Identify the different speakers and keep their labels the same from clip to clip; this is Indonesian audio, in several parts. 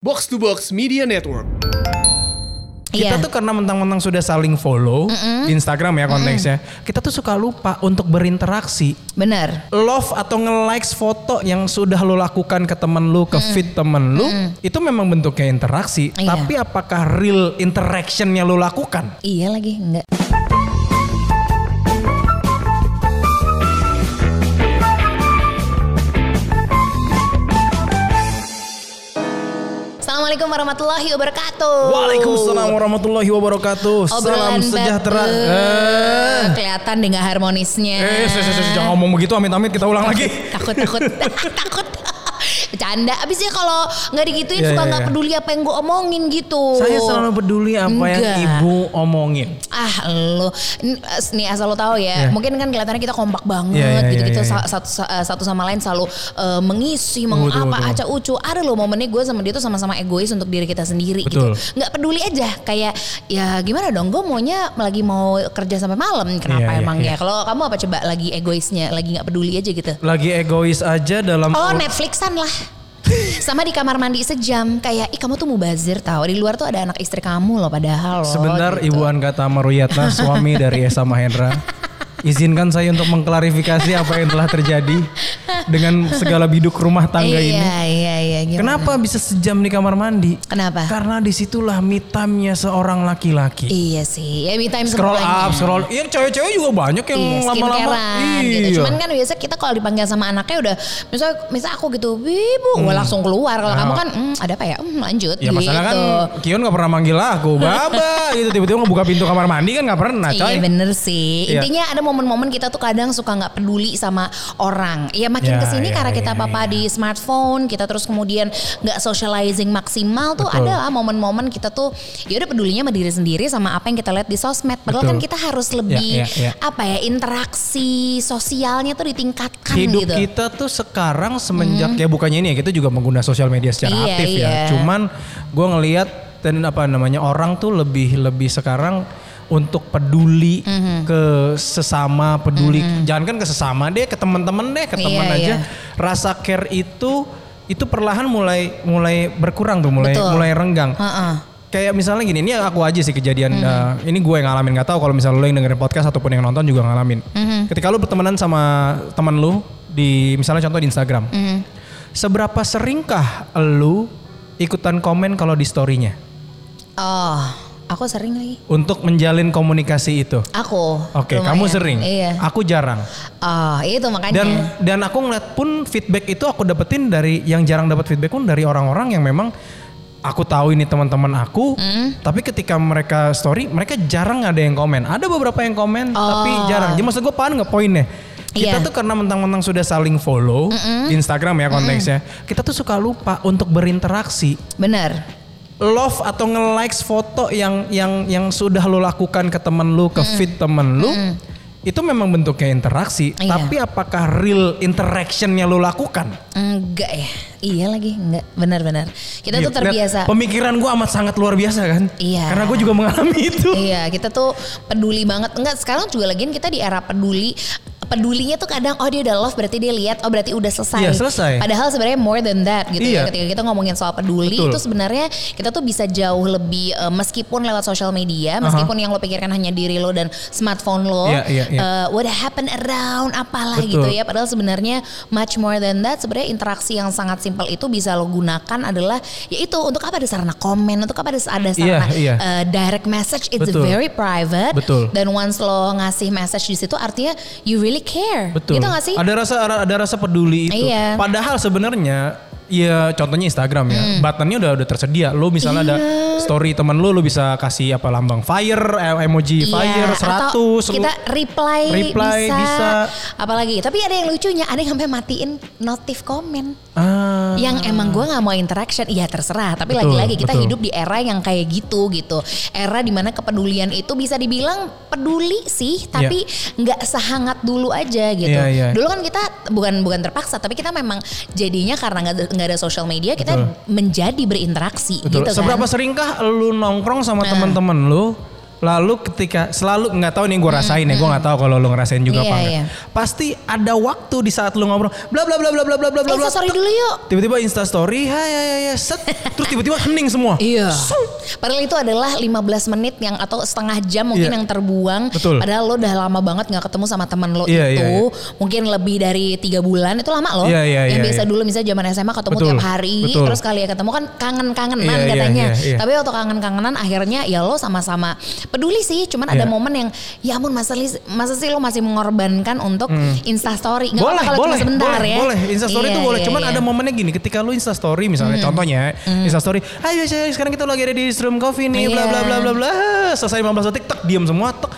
Speaker 1: Box to Box Media Network.
Speaker 2: Iya.
Speaker 3: Kita tuh karena mentang-mentang sudah saling follow di Instagram ya konteksnya. Kita tuh suka lupa untuk berinteraksi.
Speaker 2: Bener.
Speaker 3: Love atau nge-likes foto yang sudah lo lakukan ke temen lu, ke feed temen lu, itu memang bentuknya interaksi.
Speaker 2: Iya.
Speaker 3: Tapi apakah real interaction yang lo lakukan?
Speaker 2: Iya lagi enggak. Assalamualaikum warahmatullahi wabarakatuh.
Speaker 3: Waalaikumsalam warahmatullahi wabarakatuh. Salam
Speaker 2: Oh. Obrolan
Speaker 3: sejahtera.
Speaker 2: batu.
Speaker 3: Eh.
Speaker 2: Kelihatan deh nggak harmonisnya.
Speaker 3: Eh, ses- ses- ses, jangan ngomong begitu, amit-amit kita ulang lagi.
Speaker 2: takut takut takut. Bercanda. Abisnya kalau nggak digituin
Speaker 3: Iya,
Speaker 2: suka
Speaker 3: iya,
Speaker 2: nggak
Speaker 3: iya.
Speaker 2: peduli apa yang gue omongin gitu.
Speaker 3: Saya selalu peduli apa yang
Speaker 2: Enggak.
Speaker 3: ibu omongin.
Speaker 2: ah lu N- eh, nih asal lu tahu ya
Speaker 3: Iya.
Speaker 2: mungkin kan kelihatannya kita kompak banget
Speaker 3: Iya, iya,
Speaker 2: gitu kita
Speaker 3: iya, iya.
Speaker 2: sa- satu sa- eh, satu sama lain selalu eh, mengisi
Speaker 3: Betul,
Speaker 2: mengapa
Speaker 3: betul.
Speaker 2: acak ucu ada loh momennya gue sama dia tuh sama-sama egois untuk diri kita sendiri
Speaker 3: Betul.
Speaker 2: gitu nggak peduli aja kayak ya gimana dong gue maunya lagi mau kerja sampai malam kenapa
Speaker 3: Iya, iya,
Speaker 2: emang
Speaker 3: iya.
Speaker 2: ya kalau kamu apa coba lagi egoisnya lagi nggak peduli aja gitu
Speaker 3: Lagi egois aja dalam
Speaker 2: Oh Netflixan lah. Sama di kamar mandi sejam kayak ih kamu tuh mubazir tau di luar tuh ada anak istri kamu loh padahal loh.
Speaker 3: Sebentar
Speaker 2: gitu.
Speaker 3: Ibu Anka Tamaruyatna suami dari Esa Mahendra. Izinkan saya untuk mengklarifikasi apa yang telah terjadi dengan segala biduk rumah tangga ini.
Speaker 2: Iya iya iya. gimana?
Speaker 3: Kenapa bisa sejam di kamar mandi?
Speaker 2: Kenapa?
Speaker 3: Karena disitulah me time-nya seorang laki-laki.
Speaker 2: Iya sih, ya me time
Speaker 3: Scroll
Speaker 2: semuanya.
Speaker 3: up, scroll. Iya cewek-cewek juga banyak yang
Speaker 2: Iya,
Speaker 3: lama-lama. iya.
Speaker 2: skincarean gitu. Cuman kan biasa kita kalau dipanggil sama anaknya udah misal misal aku gitu, "Ibu," gua langsung keluar. Kalau kamu kan, "Hmm, ada apa ya? Hmm, lanjut."
Speaker 3: Hmm. Nah. Ya
Speaker 2: gitu.
Speaker 3: masalah kan Kion gak pernah manggil aku Baba gitu Tiba-tiba ngebuka pintu kamar mandi kan gak pernah coy
Speaker 2: Iya bener sih.
Speaker 3: Iya.
Speaker 2: Intinya ada momen-momen kita tuh kadang suka nggak peduli sama orang. Ya makin
Speaker 3: Ya,
Speaker 2: kesini
Speaker 3: ya,
Speaker 2: karena
Speaker 3: ya,
Speaker 2: kita
Speaker 3: ya,
Speaker 2: papa di smartphone, kita terus kemudian nggak socializing maksimal tuh
Speaker 3: Betul.
Speaker 2: ada lah momen-momen kita tuh ya udah pedulinya sama diri sendiri sama apa yang kita lihat di sosmed. Padahal
Speaker 3: Betul.
Speaker 2: kan kita harus lebih
Speaker 3: Ya, ya, ya.
Speaker 2: apa ya interaksi sosialnya tuh ditingkatkan
Speaker 3: Hidup
Speaker 2: gitu.
Speaker 3: kita tuh sekarang semenjak ya bukannya ini ya kita juga menggunakan sosial media secara
Speaker 2: Iya,
Speaker 3: aktif
Speaker 2: iya.
Speaker 3: ya. Cuman gue ngelihat dan apa namanya orang tuh lebih lebih sekarang untuk peduli
Speaker 2: Mm-hmm.
Speaker 3: ke sesama, peduli jangan kan ke sesama deh, ke teman-teman deh, ke teman
Speaker 2: Iya,
Speaker 3: aja.
Speaker 2: iya.
Speaker 3: Rasa care itu itu perlahan mulai mulai berkurang tuh, mulai
Speaker 2: Betul.
Speaker 3: mulai renggang.
Speaker 2: Heeh.
Speaker 3: Kayak misalnya gini, ini aku aja sih kejadian.
Speaker 2: Mhm.
Speaker 3: eh, ini gue yang ngalamin nggak tahu kalau misalnya lo yang dengerin podcast ataupun yang nonton juga ngalamin.
Speaker 2: Mhm.
Speaker 3: Ketika lo bertemanan sama teman lo di misalnya contoh di Instagram,
Speaker 2: Mhm.
Speaker 3: seberapa seringkah lo ikutan komen kalau di storynya
Speaker 2: Oh, aku sering lagi.
Speaker 3: untuk menjalin komunikasi itu?
Speaker 2: Aku.
Speaker 3: Oke,
Speaker 2: lumayan.
Speaker 3: kamu sering.
Speaker 2: Iya.
Speaker 3: Aku jarang.
Speaker 2: Oh, itu makanya.
Speaker 3: Dan dan aku ngeliat pun feedback itu aku dapetin dari yang jarang dapat feedback pun dari orang-orang yang memang aku tahu ini teman-teman aku,
Speaker 2: Hmm.
Speaker 3: tapi ketika mereka story mereka jarang ada yang komen. Ada beberapa yang komen tapi jarang. Jadi maksud gue paham nggak poinnya? Kita
Speaker 2: Oh. Iya.
Speaker 3: tuh karena mentang-mentang sudah saling follow di Instagram ya konteksnya, kita tuh suka lupa untuk berinteraksi.
Speaker 2: Bener.
Speaker 3: Love atau nge-likes foto yang yang yang sudah lo lakukan ke temen lu,
Speaker 2: Mm.
Speaker 3: ke feed temen lu, itu memang bentuknya interaksi.
Speaker 2: Iya.
Speaker 3: Tapi apakah real interaction yang lo lakukan?
Speaker 2: Enggak ya. Iya lagi, enggak. Benar-benar. Kita
Speaker 3: Iya,
Speaker 2: tuh terbiasa.
Speaker 3: lihat, Pemikiran gue amat sangat luar biasa kan?
Speaker 2: Iya.
Speaker 3: Karena gue juga mengalami itu.
Speaker 2: Iya, kita tuh peduli banget. Enggak, sekarang juga lagi kita di era peduli. Pedulinya tuh kadang oh dia udah love berarti dia lihat oh berarti udah selesai.
Speaker 3: Iya, selesai.
Speaker 2: Padahal sebenarnya more than that gitu ya.
Speaker 3: Iya.
Speaker 2: Ketika kita ngomongin soal peduli
Speaker 3: Betul.
Speaker 2: itu sebenarnya kita tuh bisa jauh lebih eh, meskipun lewat sosial media, meskipun yang lo pikirkan hanya diri lo dan smartphone lo,
Speaker 3: Iya, iya, iya.
Speaker 2: eh, what happened around apalah
Speaker 3: Betul.
Speaker 2: gitu ya. Padahal sebenarnya much more than that. Sebenarnya interaksi yang sangat simpel itu bisa lo gunakan adalah yaitu untuk apa ada sarana komen, untuk apa ada ada sarana
Speaker 3: Iya, iya.
Speaker 2: eh, direct message it's
Speaker 3: Betul.
Speaker 2: very private
Speaker 3: Betul.
Speaker 2: dan once lo ngasih message di situ artinya you really care
Speaker 3: Betul.
Speaker 2: gitu gak sih
Speaker 3: Ada rasa ada, ada rasa peduli itu.
Speaker 2: Iya. Mm.
Speaker 3: Padahal sebenarnya ya contohnya Instagram ya. Buttonnya udah udah tersedia. Lu misalnya ada
Speaker 2: Iya.
Speaker 3: story teman lu lu bisa kasih apa lambang fire, eh,
Speaker 2: Iya,
Speaker 3: emoji fire
Speaker 2: atau
Speaker 3: 100 lu-
Speaker 2: kita reply,
Speaker 3: Reply
Speaker 2: bisa,
Speaker 3: bisa.
Speaker 2: apalagi tapi ada yang lucunya ada yang sampai matiin notif komen
Speaker 3: Ah.
Speaker 2: yang emang gue nggak mau interaction ya terserah tapi
Speaker 3: Betul,
Speaker 2: lagi-lagi kita
Speaker 3: betul.
Speaker 2: hidup di era yang kayak gitu gitu era dimana kepedulian itu bisa dibilang peduli sih tapi nggak sehangat dulu aja gitu
Speaker 3: Iya, iya.
Speaker 2: dulu kan kita bukan bukan terpaksa tapi kita memang jadinya karena nggak ada- nggak ada social media kita menjadi berinteraksi
Speaker 3: Betul.
Speaker 2: gitu kan Nah.
Speaker 3: Seberapa seringkah lu nongkrong sama teman-teman lu Lalu ketika selalu nggak tahu nih gue rasain ya, gue nggak tahu kalau lo ngerasain juga apa
Speaker 2: Hmm, Iya,
Speaker 3: enggak.
Speaker 2: iya.
Speaker 3: Pasti ada waktu di saat lo ngobrol bla bla bla bla bla bla bla bla.
Speaker 2: Eh, sorry dulu yuk.
Speaker 3: Tiba-tiba Insta story, hai hai hai, set. Terus tiba-tiba hening semua.
Speaker 2: Iya. Padahal itu adalah 15 menit yang atau setengah jam mungkin
Speaker 3: Iya.
Speaker 2: yang terbuang.
Speaker 3: Betul.
Speaker 2: Padahal lo udah lama banget nggak ketemu sama teman lo
Speaker 3: Iya,
Speaker 2: itu.
Speaker 3: iya, iya.
Speaker 2: Mungkin lebih dari tiga bulan itu lama loh.
Speaker 3: Iya, iya,
Speaker 2: yang
Speaker 3: iya,
Speaker 2: biasa
Speaker 3: iya.
Speaker 2: dulu misalnya zaman SMA ketemu
Speaker 3: Betul,
Speaker 2: tiap hari,
Speaker 3: betul.
Speaker 2: terus kali ya ketemu kan kangen-kangenan
Speaker 3: Iya, iya,
Speaker 2: katanya.
Speaker 3: iya, iya.
Speaker 2: Tapi waktu kangen-kangenan akhirnya ya lo sama-sama peduli sih. Cuman ada
Speaker 3: Iya.
Speaker 2: momen yang ya ampun masa, li- masa sih lo masih mengorbankan untuk instastory. Nggak
Speaker 3: Hmm. boleh,
Speaker 2: apa-apa kalau
Speaker 3: boleh,
Speaker 2: cuma sebentar
Speaker 3: boleh,
Speaker 2: ya.
Speaker 3: boleh. Instastory
Speaker 2: Iya,
Speaker 3: itu boleh.
Speaker 2: iya,
Speaker 3: Cuman
Speaker 2: iya. Hmm.
Speaker 3: ada momennya gini, ketika lu instastory misalnya, contohnya ya, instastory, ayo saya sekarang kita lagi ada di Strum Coffee nih, bla bla
Speaker 2: Iya.
Speaker 3: bla bla bla. Selesai 15 detik, tak diam semua, tek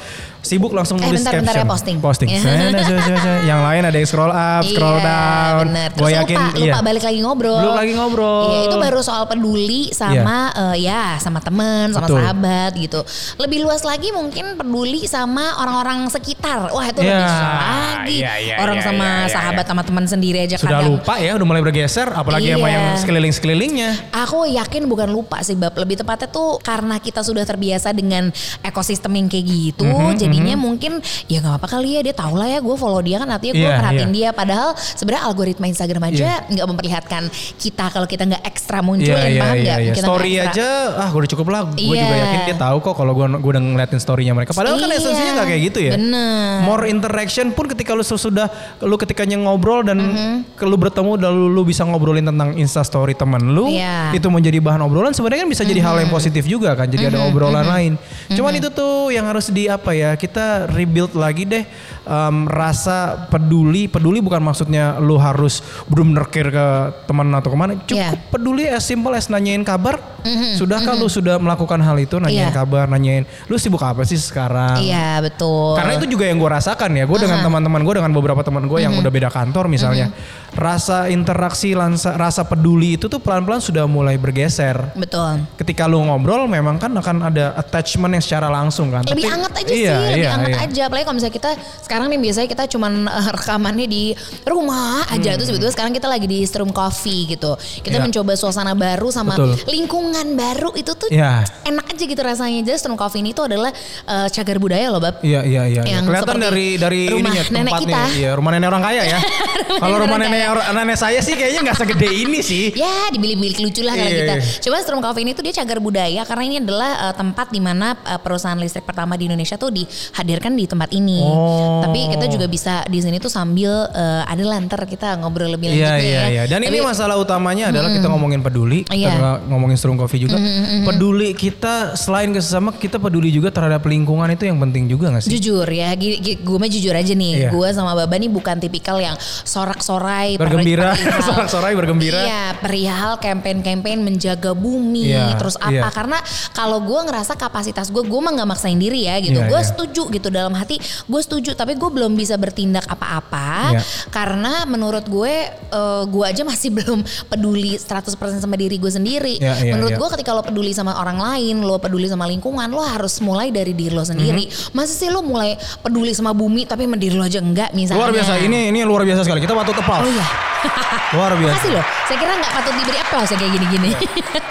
Speaker 3: sibuk langsung
Speaker 2: Eh,
Speaker 3: nulis
Speaker 2: bentar,
Speaker 3: caption.
Speaker 2: bentar ya, posting.
Speaker 3: Posting. Nah,
Speaker 2: Iya.
Speaker 3: Saya ada, saya, saya, saya. yang lain ada yang scroll up, scroll
Speaker 2: Iya,
Speaker 3: down.
Speaker 2: bener. Terus
Speaker 3: Gue yakin, iya.
Speaker 2: lupa, lupa balik lagi ngobrol.
Speaker 3: Belum lagi ngobrol.
Speaker 2: Iya, itu baru soal peduli sama eh, ya sama temen, sama
Speaker 3: Iya. Betul.
Speaker 2: sahabat gitu. Lebih luas lagi mungkin peduli sama orang-orang sekitar. Wah, itu lebih
Speaker 3: Ya,
Speaker 2: susah lagi.
Speaker 3: iya, iya,
Speaker 2: orang
Speaker 3: iya,
Speaker 2: sama
Speaker 3: iya, iya,
Speaker 2: sahabat
Speaker 3: iya.
Speaker 2: sama teman sendiri aja
Speaker 3: Sudah
Speaker 2: kadang.
Speaker 3: lupa ya, udah mulai bergeser, apalagi sama
Speaker 2: Iya.
Speaker 3: yang sekeliling-sekelilingnya.
Speaker 2: Aku yakin bukan lupa sih Bab. Lebih tepatnya tuh karena kita sudah terbiasa dengan ekosistem yang kayak gitu.
Speaker 3: Mhm,
Speaker 2: jadinya mungkin ya nggak apa-apa kali ya. Dia tau lah ya gue follow dia kan artinya gue
Speaker 3: Iya,
Speaker 2: perhatiin
Speaker 3: iya.
Speaker 2: dia. Padahal sebenarnya algoritma Instagram aja nggak memperlihatkan kita kalau kita nggak ekstra munculin. paham nggak?
Speaker 3: iya.
Speaker 2: Kita nggak
Speaker 3: Story
Speaker 2: ekstra.
Speaker 3: aja, ah gue udah cukup lah. Gue juga
Speaker 2: Iya.
Speaker 3: yakin dia tahu kok kalau gue gue udah ngeliatin storynya mereka. Padahal kan
Speaker 2: Iya,
Speaker 3: esensinya nggak kayak gitu ya.
Speaker 2: bener.
Speaker 3: More interaction pun ketika lu sudah lu ketikanya ngobrol dan
Speaker 2: Mm-hmm.
Speaker 3: ke- lu bertemu dan lu, lu bisa ngobrolin tentang insta story teman lu,
Speaker 2: Iya. Mm-hmm.
Speaker 3: itu menjadi bahan obrolan sebenarnya kan bisa jadi hal yang positif juga kan. Jadi ada obrolan lain. Cuman itu tuh yang harus di apa ya? Kita rebuild lagi deh em, rasa peduli. Peduli bukan maksudnya lu harus belum nerkir ke teman atau kemana. Cukup
Speaker 2: Iya. Mm-hmm.
Speaker 3: peduli as simple as nanyain kabar. Sudahkah lu sudah melakukan hal itu nanyain
Speaker 2: Iya.
Speaker 3: kabar, nanyain lu sibuk apa sih sekarang?
Speaker 2: Iya betul.
Speaker 3: Karena itu juga yang gue rasakan ya. Gue dengan teman-teman gue dengan beberapa teman gue
Speaker 2: Mhm.
Speaker 3: yang udah beda kantor misalnya. Rasa interaksi, lansa- rasa peduli itu tuh pelan-pelan sudah mulai bergeser.
Speaker 2: betul.
Speaker 3: Ketika lu ngobrol memang kan akan ada attachment yang secara langsung kan.
Speaker 2: lebih
Speaker 3: Tapi-
Speaker 2: anget aja
Speaker 3: iya,
Speaker 2: sih, lebih
Speaker 3: iya,
Speaker 2: anget
Speaker 3: iya.
Speaker 2: aja. Apalagi kalau misalnya kita sekarang nih biasanya kita cuman eh, rekamannya di rumah aja. Terus sebetulnya sekarang kita lagi di Strum Coffee gitu. Kita
Speaker 3: Hmm. Iya.
Speaker 2: mencoba suasana baru sama
Speaker 3: Betul.
Speaker 2: lingkungan baru itu tuh
Speaker 3: Iya.
Speaker 2: enak aja gitu rasanya. Jadi Strum Coffee ini tuh adalah eh, cagar budaya loh, Bab.
Speaker 3: Iya iya iya. iya.
Speaker 2: Yang
Speaker 3: Kelihatan
Speaker 2: seperti
Speaker 3: dari dari
Speaker 2: rumah
Speaker 3: ininya
Speaker 2: nenek
Speaker 3: tempatnya.
Speaker 2: kita.
Speaker 3: Iya, rumah nenek orang kaya ya. Kalau rumah
Speaker 2: orang
Speaker 3: nenek orang- nenek saya sih kayaknya nggak segede ini sih.
Speaker 2: Ya, dibilik-bilik lucu lah kalau
Speaker 3: Iya,
Speaker 2: kita.
Speaker 3: iya.
Speaker 2: Coba Strum Coffee ini tuh dia cagar budaya karena ini adalah eh, tempat di mana eh, perusahaan listrik pertama di Indonesia tuh dihadirkan di tempat ini.
Speaker 3: Oh.
Speaker 2: Tapi kita juga bisa di sini tuh sambil eh, ada lantar kita ngobrol lebih
Speaker 3: Iya
Speaker 2: lanjutnya
Speaker 3: iya
Speaker 2: ya.
Speaker 3: iya. Dan ini
Speaker 2: Tapi- Hmm.
Speaker 3: masalah utamanya adalah kita ngomongin peduli, kita
Speaker 2: Iya. Hmm,
Speaker 3: juga ngomongin strum coffee juga. Peduli kita selain ke sesama, kita peduli juga terhadap lingkungan itu yang penting juga nggak sih?
Speaker 2: Jujur ya, gi- gi- gue mah jujur aja nih.
Speaker 3: Iya.
Speaker 2: Gue sama Baba nih bukan tipikal yang sorak-sorai. per-
Speaker 3: Bergembira,
Speaker 2: perihal-
Speaker 3: sorak-sorai bergembira.
Speaker 2: Iya, perihal kampanye-kampanye menjaga bumi,
Speaker 3: Iya,
Speaker 2: terus apa.
Speaker 3: iya.
Speaker 2: Karena kalau gue ngerasa kapasitas gue, gue mah gak maksain diri ya gitu.
Speaker 3: Iya,
Speaker 2: gue
Speaker 3: iya.
Speaker 2: setuju gitu dalam hati, gue setuju. Tapi gue belum bisa bertindak apa-apa.
Speaker 3: Iya.
Speaker 2: Karena menurut gue, eh, gue aja masih belum peduli 100% sama diri gue sendiri.
Speaker 3: Iya, iya,
Speaker 2: menurut
Speaker 3: iya.
Speaker 2: gue ketika lo peduli sama orang lain, lo peduli sama lingkungan, lo harus mulai dari diri lo sendiri.
Speaker 3: Mhm.
Speaker 2: Masa sih lo mulai peduli sama bumi tapi sama diri lo aja enggak misalnya.
Speaker 3: Luar biasa. Ini ini luar biasa sekali. Kita patut
Speaker 2: Oh
Speaker 3: tepal.
Speaker 2: iya.
Speaker 3: Luar biasa.
Speaker 2: Makasih loh. Saya kira nggak patut diberi aplaus ya kayak gini-gini.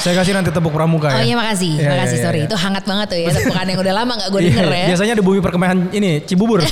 Speaker 3: Saya kasih nanti tepuk pramuka ya.
Speaker 2: Oh iya makasih,
Speaker 3: Iya,
Speaker 2: makasih
Speaker 3: iya,
Speaker 2: sorry.
Speaker 3: iya.
Speaker 2: Itu hangat banget tuh ya, bukan yang udah lama nggak gue
Speaker 3: Iya,
Speaker 2: denger ya.
Speaker 3: Biasanya di bumi perkemahan ini Cibubur.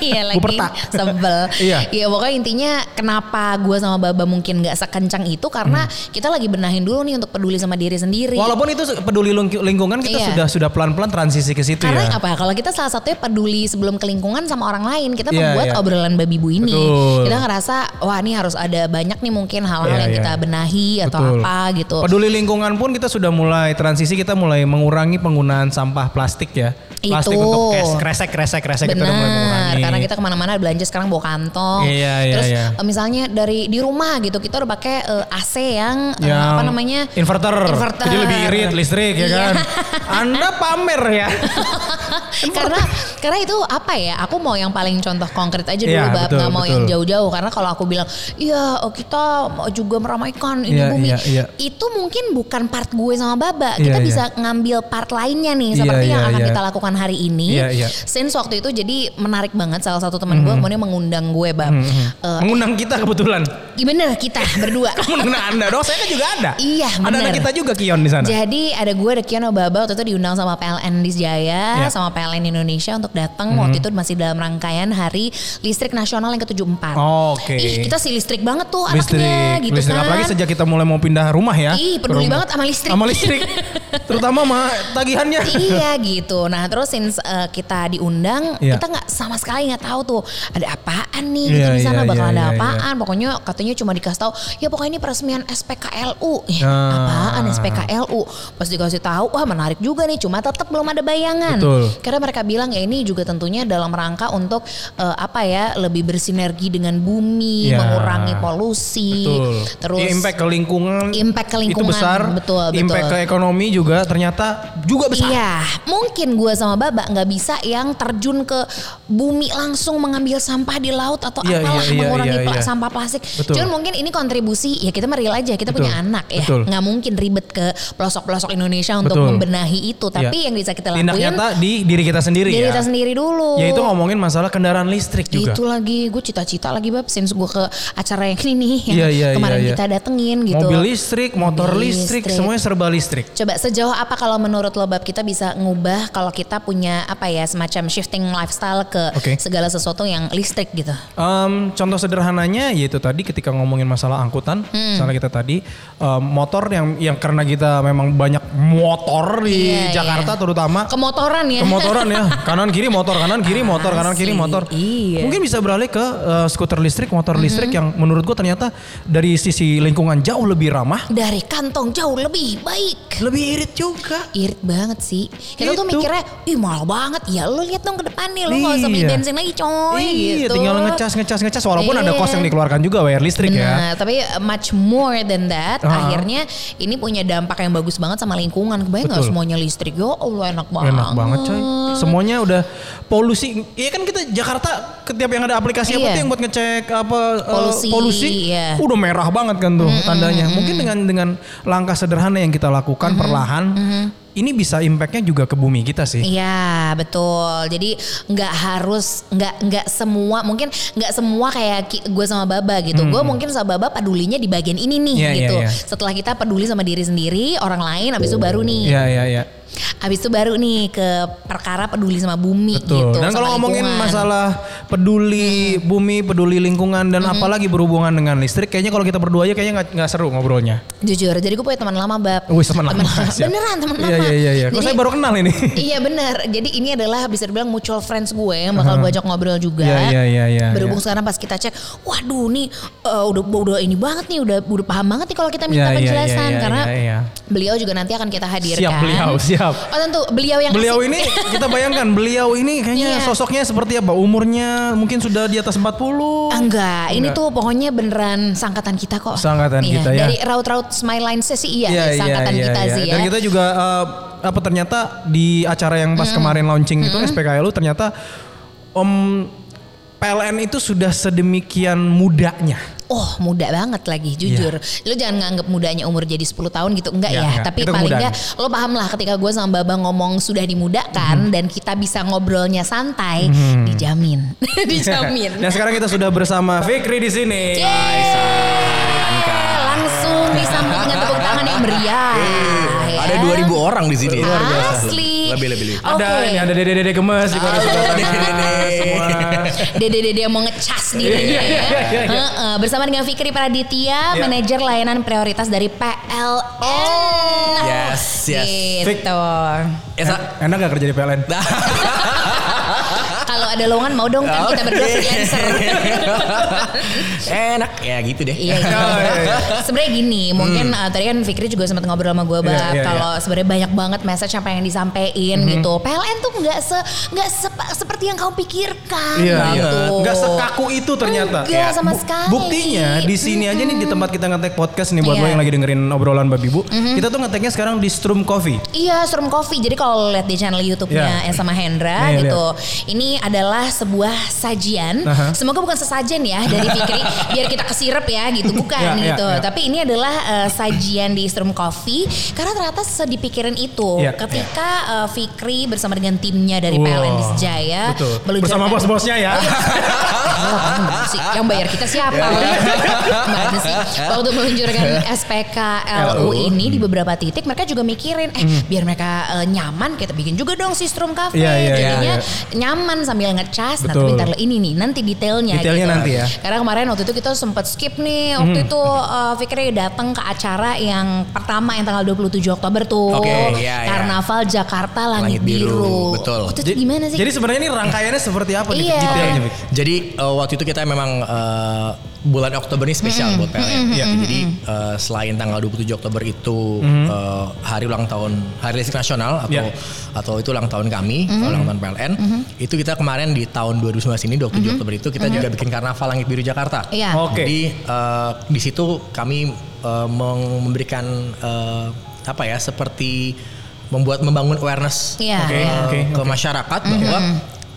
Speaker 2: Iya lagi
Speaker 3: Gupertak.
Speaker 2: sebel.
Speaker 3: Iya.
Speaker 2: Iya pokoknya intinya kenapa gue sama Baba mungkin nggak sekencang itu karena kita lagi benahin dulu nih untuk peduli sama diri sendiri.
Speaker 3: Hmm. Walaupun itu peduli lingku- lingkungan kita
Speaker 2: Iya.
Speaker 3: sudah sudah pelan-pelan transisi ke situ
Speaker 2: Karena
Speaker 3: ya.
Speaker 2: apa? Kalau kita salah satunya peduli sebelum ke lingkungan sama orang lain, kita
Speaker 3: Iya,
Speaker 2: membuat
Speaker 3: iya.
Speaker 2: obrolan babi bu ini.
Speaker 3: Betul.
Speaker 2: Kita ngerasa wah ini harus ada banyak nih mungkin hal-hal
Speaker 3: Iya,
Speaker 2: yang
Speaker 3: iya.
Speaker 2: kita benahi atau
Speaker 3: Betul.
Speaker 2: apa gitu.
Speaker 3: Peduli lingkungan pun kita sudah mulai transisi kita mulai mengurangi penggunaan sampah plastik ya. Plastik
Speaker 2: Itu.
Speaker 3: untuk kes- kresek kresek kresek kita udah mulai
Speaker 2: Benar,
Speaker 3: mengurangi.
Speaker 2: karena kita kemana-mana belanja sekarang bawa kantong.
Speaker 3: Iya, iya,
Speaker 2: Terus
Speaker 3: iya.
Speaker 2: eh, misalnya dari di rumah gitu kita udah pakai eh, AC yang, eh,
Speaker 3: yang
Speaker 2: apa namanya
Speaker 3: Ya. inverter.
Speaker 2: Inverter.
Speaker 3: Jadi lebih irit listrik ya
Speaker 2: Iya.
Speaker 3: kan. Anda pamer ya.
Speaker 2: karena karena itu apa ya? Aku mau yang paling contoh konkret aja dulu,
Speaker 3: Iya,
Speaker 2: bab
Speaker 3: betul,
Speaker 2: nggak mau
Speaker 3: betul.
Speaker 2: yang jauh-jauh. Karena kalau aku bilang, iya oh, kita mau juga meramaikan ini
Speaker 3: Iya,
Speaker 2: bumi,
Speaker 3: iya, iya.
Speaker 2: itu mungkin bukan part gue sama Baba.
Speaker 3: Iya,
Speaker 2: kita
Speaker 3: iya.
Speaker 2: bisa ngambil part lainnya nih,
Speaker 3: Iya,
Speaker 2: seperti yang
Speaker 3: iya,
Speaker 2: akan
Speaker 3: iya.
Speaker 2: kita lakukan hari ini.
Speaker 3: Iya, iya. Mm-hmm.
Speaker 2: Since waktu itu jadi menarik banget salah satu teman gue kemudian mengundang gue, bab. Eh,
Speaker 3: Mengundang kita kebetulan.
Speaker 2: Bener kita berdua.
Speaker 3: Mengundang Anda dong. Saya kan juga ada.
Speaker 2: Iya,
Speaker 3: Ada anak
Speaker 2: bener.
Speaker 3: kita juga Kion di sana.
Speaker 2: Jadi ada gue, ada Kiano Baba waktu itu diundang sama PLN di Jaya,
Speaker 3: Iya. Mhm.
Speaker 2: sama PLN Indonesia untuk datang waktu itu masih dalam rangkaian Hari Listrik Nasional yang ke-74.
Speaker 3: Oh, oke.
Speaker 2: Ih, kita si listrik banget tuh anaknya
Speaker 3: listrik,
Speaker 2: gitu
Speaker 3: listrik.
Speaker 2: kan.
Speaker 3: Apalagi sejak kita mulai mau pindah rumah ya.
Speaker 2: Ih, peduli
Speaker 3: Rumah.
Speaker 2: banget sama listrik.
Speaker 3: Sama listrik. Terutama sama tagihannya.
Speaker 2: iya gitu. Nah terus since uh, kita diundang,
Speaker 3: Iya.
Speaker 2: kita nggak sama sekali nggak tahu tuh ada apaan nih
Speaker 3: Iya,
Speaker 2: gitu di sana
Speaker 3: iya,
Speaker 2: bakal
Speaker 3: iya,
Speaker 2: ada
Speaker 3: iya,
Speaker 2: apaan. Pokoknya katanya cuma dikasih tahu, ya pokoknya ini peresmian SPKLU. Eh,
Speaker 3: Ah.
Speaker 2: Apaan SPKLU? Pas dikasih tahu, wah menarik juga nih. Cuma tetap belum ada bayangan.
Speaker 3: Betul.
Speaker 2: Karena mereka bilang ya ini juga tentunya dalam rangka untuk uh, apa ya lebih bersinergi dengan bumi,
Speaker 3: Iya.
Speaker 2: mengurangi polusi,
Speaker 3: Betul. Iya,
Speaker 2: terus
Speaker 3: impact ke lingkungan.
Speaker 2: Impact ke lingkungan,
Speaker 3: Itu besar.
Speaker 2: betul, betul.
Speaker 3: Impact ke ekonomi juga ternyata juga besar.
Speaker 2: Iya, mungkin gue sama Baba nggak bisa yang terjun ke bumi langsung mengambil sampah di laut atau
Speaker 3: Iya,
Speaker 2: apalah
Speaker 3: iya, iya,
Speaker 2: mengurangi
Speaker 3: iya,
Speaker 2: pla-
Speaker 3: iya.
Speaker 2: sampah plastik.
Speaker 3: Betul.
Speaker 2: Cuman mungkin ini kontribusi ya kita meril aja kita
Speaker 3: Betul.
Speaker 2: punya anak ya,
Speaker 3: Betul.
Speaker 2: nggak mungkin ribet ke pelosok-pelosok Indonesia untuk
Speaker 3: Betul.
Speaker 2: membenahi itu. Tapi
Speaker 3: Iya.
Speaker 2: yang bisa kita
Speaker 3: Tindak
Speaker 2: lakuin
Speaker 3: nyata di diri kita sendiri
Speaker 2: diri
Speaker 3: ya.
Speaker 2: kita sendiri dulu.
Speaker 3: Yaitu ngomongin masalah kendaraan listrik juga.
Speaker 2: Itu lagi gue cita-cita lagi Bab since gue ke acara yang ini nih yang
Speaker 3: Iya, iya,
Speaker 2: kemarin
Speaker 3: iya, iya.
Speaker 2: kita datengin gitu.
Speaker 3: Mobil listrik, motor
Speaker 2: Mobil
Speaker 3: listrik,
Speaker 2: listrik.
Speaker 3: semuanya serba listrik.
Speaker 2: Coba sejauh apa kalau menurut lo bab kita bisa ngubah kalau kita punya apa ya semacam shifting lifestyle ke
Speaker 3: Oke.
Speaker 2: segala sesuatu yang listrik gitu.
Speaker 3: Em, contoh sederhananya yaitu tadi ketika ngomongin masalah angkutan,
Speaker 2: Hmm.
Speaker 3: misalnya kita tadi em, motor yang yang karena kita memang banyak motor di
Speaker 2: Iya,
Speaker 3: Jakarta terutama
Speaker 2: Kemotoran ya.
Speaker 3: kemotoran ya kanan kiri motor kanan kiri motor kanan kiri
Speaker 2: Asli,
Speaker 3: motor
Speaker 2: Ah, iya.
Speaker 3: mungkin bisa beralih ke eh, skuter listrik motor listrik yang menurut gua ternyata dari sisi lingkungan jauh lebih ramah
Speaker 2: Dari kantong jauh lebih baik.
Speaker 3: lebih irit juga
Speaker 2: Irit banget sih. Kita tuh
Speaker 3: Itu.
Speaker 2: mikirnya, ih mahal banget. Ya lo lihat dong ke depan nih, lo nggak usah beli
Speaker 3: Iya.
Speaker 2: bensin lagi coy
Speaker 3: iya
Speaker 2: gitu.
Speaker 3: tinggal ngecas ngecas ngecas walaupun ada
Speaker 2: Iya.
Speaker 3: cost yang dikeluarkan juga bayar listrik ya
Speaker 2: Nah, tapi uh, much more than that,
Speaker 3: Ah.
Speaker 2: akhirnya ini punya dampak yang bagus banget sama lingkungan. Kebayang nggak
Speaker 3: Betul.
Speaker 2: semuanya listrik? Ya Allah enak banget.
Speaker 3: Enak banget coy. Semuanya udah polusi. Iya kan kita Jakarta setiap yang ada aplikasi apa
Speaker 2: Iya.
Speaker 3: tuh yang buat ngecek apa eh,
Speaker 2: Polusi,
Speaker 3: polusi
Speaker 2: iya.
Speaker 3: udah merah banget kan tuh tandanya. Mungkin dengan dengan langkah sederhana yang kita lakukan perlahan ini bisa impactnya juga ke bumi kita sih.
Speaker 2: Iya betul. Jadi nggak harus nggak nggak semua mungkin nggak semua kayak ki- gue sama Baba gitu. Gue mungkin sama Baba pedulinya di bagian ini nih
Speaker 3: Hmm. Iya, iya,
Speaker 2: gitu.
Speaker 3: iya.
Speaker 2: Setelah kita peduli sama diri sendiri, orang lain, abis itu baru nih,
Speaker 3: Iya iya iya.
Speaker 2: abis itu baru nih ke perkara peduli sama bumi
Speaker 3: Betul.
Speaker 2: gitu.
Speaker 3: dan
Speaker 2: sama
Speaker 3: kalau ngomongin
Speaker 2: lingkungan.
Speaker 3: masalah peduli bumi, peduli lingkungan dan apalagi berhubungan dengan listrik, kayaknya kalau kita berdua aja kayaknya nggak- nggak seru ngobrolnya.
Speaker 2: jujur, jadi gue punya teman lama Bab.
Speaker 3: Wih, teman lama. siap.
Speaker 2: Beneran teman lama.
Speaker 3: Iya iya iya iya. Kok
Speaker 2: Jadi-
Speaker 3: saya baru kenal ini.
Speaker 2: Iya benar. Jadi ini adalah bisa dibilang mutual friends gue yang bakal gue ajak ngobrol juga.
Speaker 3: Iya, iya, iya, iya,
Speaker 2: Berhubung
Speaker 3: iya.
Speaker 2: sekarang pas kita cek, waduh nih eh, udah udah ini banget nih, udah udah paham banget nih kalau kita minta
Speaker 3: Iya, iya,
Speaker 2: penjelasan
Speaker 3: iya, iya,
Speaker 2: karena
Speaker 3: iya, iya.
Speaker 2: beliau juga nanti akan kita hadirkan.
Speaker 3: Siap beliau, siap.
Speaker 2: Oh tentu beliau yang
Speaker 3: Beliau
Speaker 2: asik.
Speaker 3: ini kita bayangkan beliau ini kayaknya
Speaker 2: Iya.
Speaker 3: sosoknya seperti apa? Umurnya mungkin sudah di atas 40.
Speaker 2: Enggak, ini tuh pokoknya beneran sangkatan kita kok.
Speaker 3: Sangkatan
Speaker 2: Iya,
Speaker 3: kita, ya. iya,
Speaker 2: Dari raut-raut smile line sih iya, sangkatan kita sih ya.
Speaker 3: Dan kita juga eh, apa ternyata di acara yang pas kemarin launching itu SPKLU ternyata om PLN itu sudah sedemikian mudanya.
Speaker 2: Oh muda banget lagi jujur. Lu jangan nganggep mudanya umur jadi 10 tahun gitu enggak
Speaker 3: Iya,
Speaker 2: ya.
Speaker 3: enggak.
Speaker 2: Tapi
Speaker 3: Itu
Speaker 2: paling
Speaker 3: kemudaan.
Speaker 2: enggak lo paham lah ketika gue sama Baba ngomong sudah dimudakan
Speaker 3: Mhm.
Speaker 2: dan kita bisa ngobrolnya santai dijamin. dijamin.
Speaker 3: Dan sekarang kita sudah bersama Fikri di sini.
Speaker 2: Yeay. Langsung disambut dengan tepuk tangan yang meriah.
Speaker 3: Eh,
Speaker 2: ya.
Speaker 1: Ada 2000 orang di sini.
Speaker 2: Asli.
Speaker 1: Nah, Lebih lebih. lebih.
Speaker 3: Ada
Speaker 2: Oke.
Speaker 3: ini ada Dede-dede gemes juga ada sebelah sana semua.
Speaker 2: Dede-dede yang mau ngecas dirinya ya.
Speaker 3: Iya, iya, iya, iya.
Speaker 2: Heeh, bersama dengan Fikri Praditya,
Speaker 3: Iya.
Speaker 2: manajer layanan prioritas dari PLN.
Speaker 1: Yes, yes.
Speaker 2: Gitu.
Speaker 1: Esa.
Speaker 3: Enak gak kerja di PLN?
Speaker 2: Kalau ada lowongan mau dong kan kita berdua freelancer.
Speaker 3: Iya,
Speaker 1: Enak ya gitu deh.
Speaker 2: Iya, iya.
Speaker 3: Oh, iya, iya.
Speaker 2: Sebenarnya gini, mungkin eh, tadi kan Fikri juga sempat ngobrol sama gue, Bab.
Speaker 3: Iya, Hmm. iya,
Speaker 2: kalau sebenarnya banyak banget message apa yang disampaikan gitu. PLN tuh nggak se nggak sepa- seperti yang kamu pikirkan gitu.
Speaker 3: Iya, Nggak sekaku itu ternyata.
Speaker 2: Enggak
Speaker 3: Ya.
Speaker 2: sama
Speaker 3: Bu-
Speaker 2: sekali.
Speaker 3: Buktinya di sini aja nih di tempat kita ngetek podcast nih buat
Speaker 2: Iya. Mhm.
Speaker 3: lo yang lagi dengerin obrolan Babi Bu. Kita tuh ngeteknya sekarang di Strum Coffee.
Speaker 2: Iya, Serum Coffee. Jadi kalau lo lihat di channel YouTube-nya
Speaker 3: Iya.
Speaker 2: Esa sama Hendra
Speaker 3: Iya,
Speaker 2: gitu. Ini adalah sebuah sajian.
Speaker 3: Aha.
Speaker 2: Semoga bukan sesajen ya dari Fikri biar kita kesirep ya gitu. Bukan
Speaker 3: Ya, ya,
Speaker 2: gitu.
Speaker 3: ya.
Speaker 2: Tapi ini adalah eh, sajian di Strum Coffee karena ternyata sedipikirin itu
Speaker 3: Ya.
Speaker 2: ketika eh, Fikri bersama dengan timnya dari
Speaker 3: Wow.
Speaker 2: PLN Jaya
Speaker 3: Betul. Bersama bos-bosnya ya.
Speaker 2: sih? Yang bayar kita siapa?
Speaker 3: Iya.
Speaker 2: Gimana sih? Waktu meluncurkan SPK LU ini di beberapa titik mereka juga mikirin eh biar mereka eh, nyaman kita bikin juga dong sistrum cafe
Speaker 3: Hmm. Iya, iya,
Speaker 2: jadinya
Speaker 3: iya,
Speaker 2: nyaman sambil ngecas nanti
Speaker 3: Betul.
Speaker 2: bentar lo- ini nih nanti detailnya
Speaker 3: Detailnya
Speaker 2: gitu.
Speaker 3: nanti ya. Hmm.
Speaker 2: Karena kemarin waktu itu kita sempat skip nih waktu itu eh, Fikri datang ke acara yang pertama yang tanggal 27 Oktober tuh.
Speaker 1: Oke, iya, iya.
Speaker 2: Karnaval Jakarta Langit,
Speaker 1: Langit
Speaker 2: Biru.
Speaker 1: Biru, betul.
Speaker 2: Itu
Speaker 3: Jadi-
Speaker 2: gimana sih?
Speaker 3: Jadi sebenarnya ini rangkaiannya seperti apa nih
Speaker 2: Iya.
Speaker 3: detailnya? Vic?
Speaker 1: Jadi eh, waktu itu kita memang eh, bulan Oktober ini spesial buat PLN. Iya, Jadi eh, selain tanggal 27 Oktober itu eh, hari ulang tahun Hari Listrik Nasional atau
Speaker 3: Mm-hmm. Iya.
Speaker 1: atau itu ulang tahun kami, ulang tahun PLN. Itu kita kemarin di tahun 2019 ini 27 Oktober itu kita juga bikin karnaval Langit Biru Jakarta.
Speaker 2: Iya.
Speaker 3: Oke.
Speaker 1: Jadi eh, di situ kami eh, meng- memberikan eh, apa ya seperti membuat membangun awareness
Speaker 2: Iya,
Speaker 1: ke,
Speaker 2: iya.
Speaker 3: Oke,
Speaker 1: ke masyarakat bahwa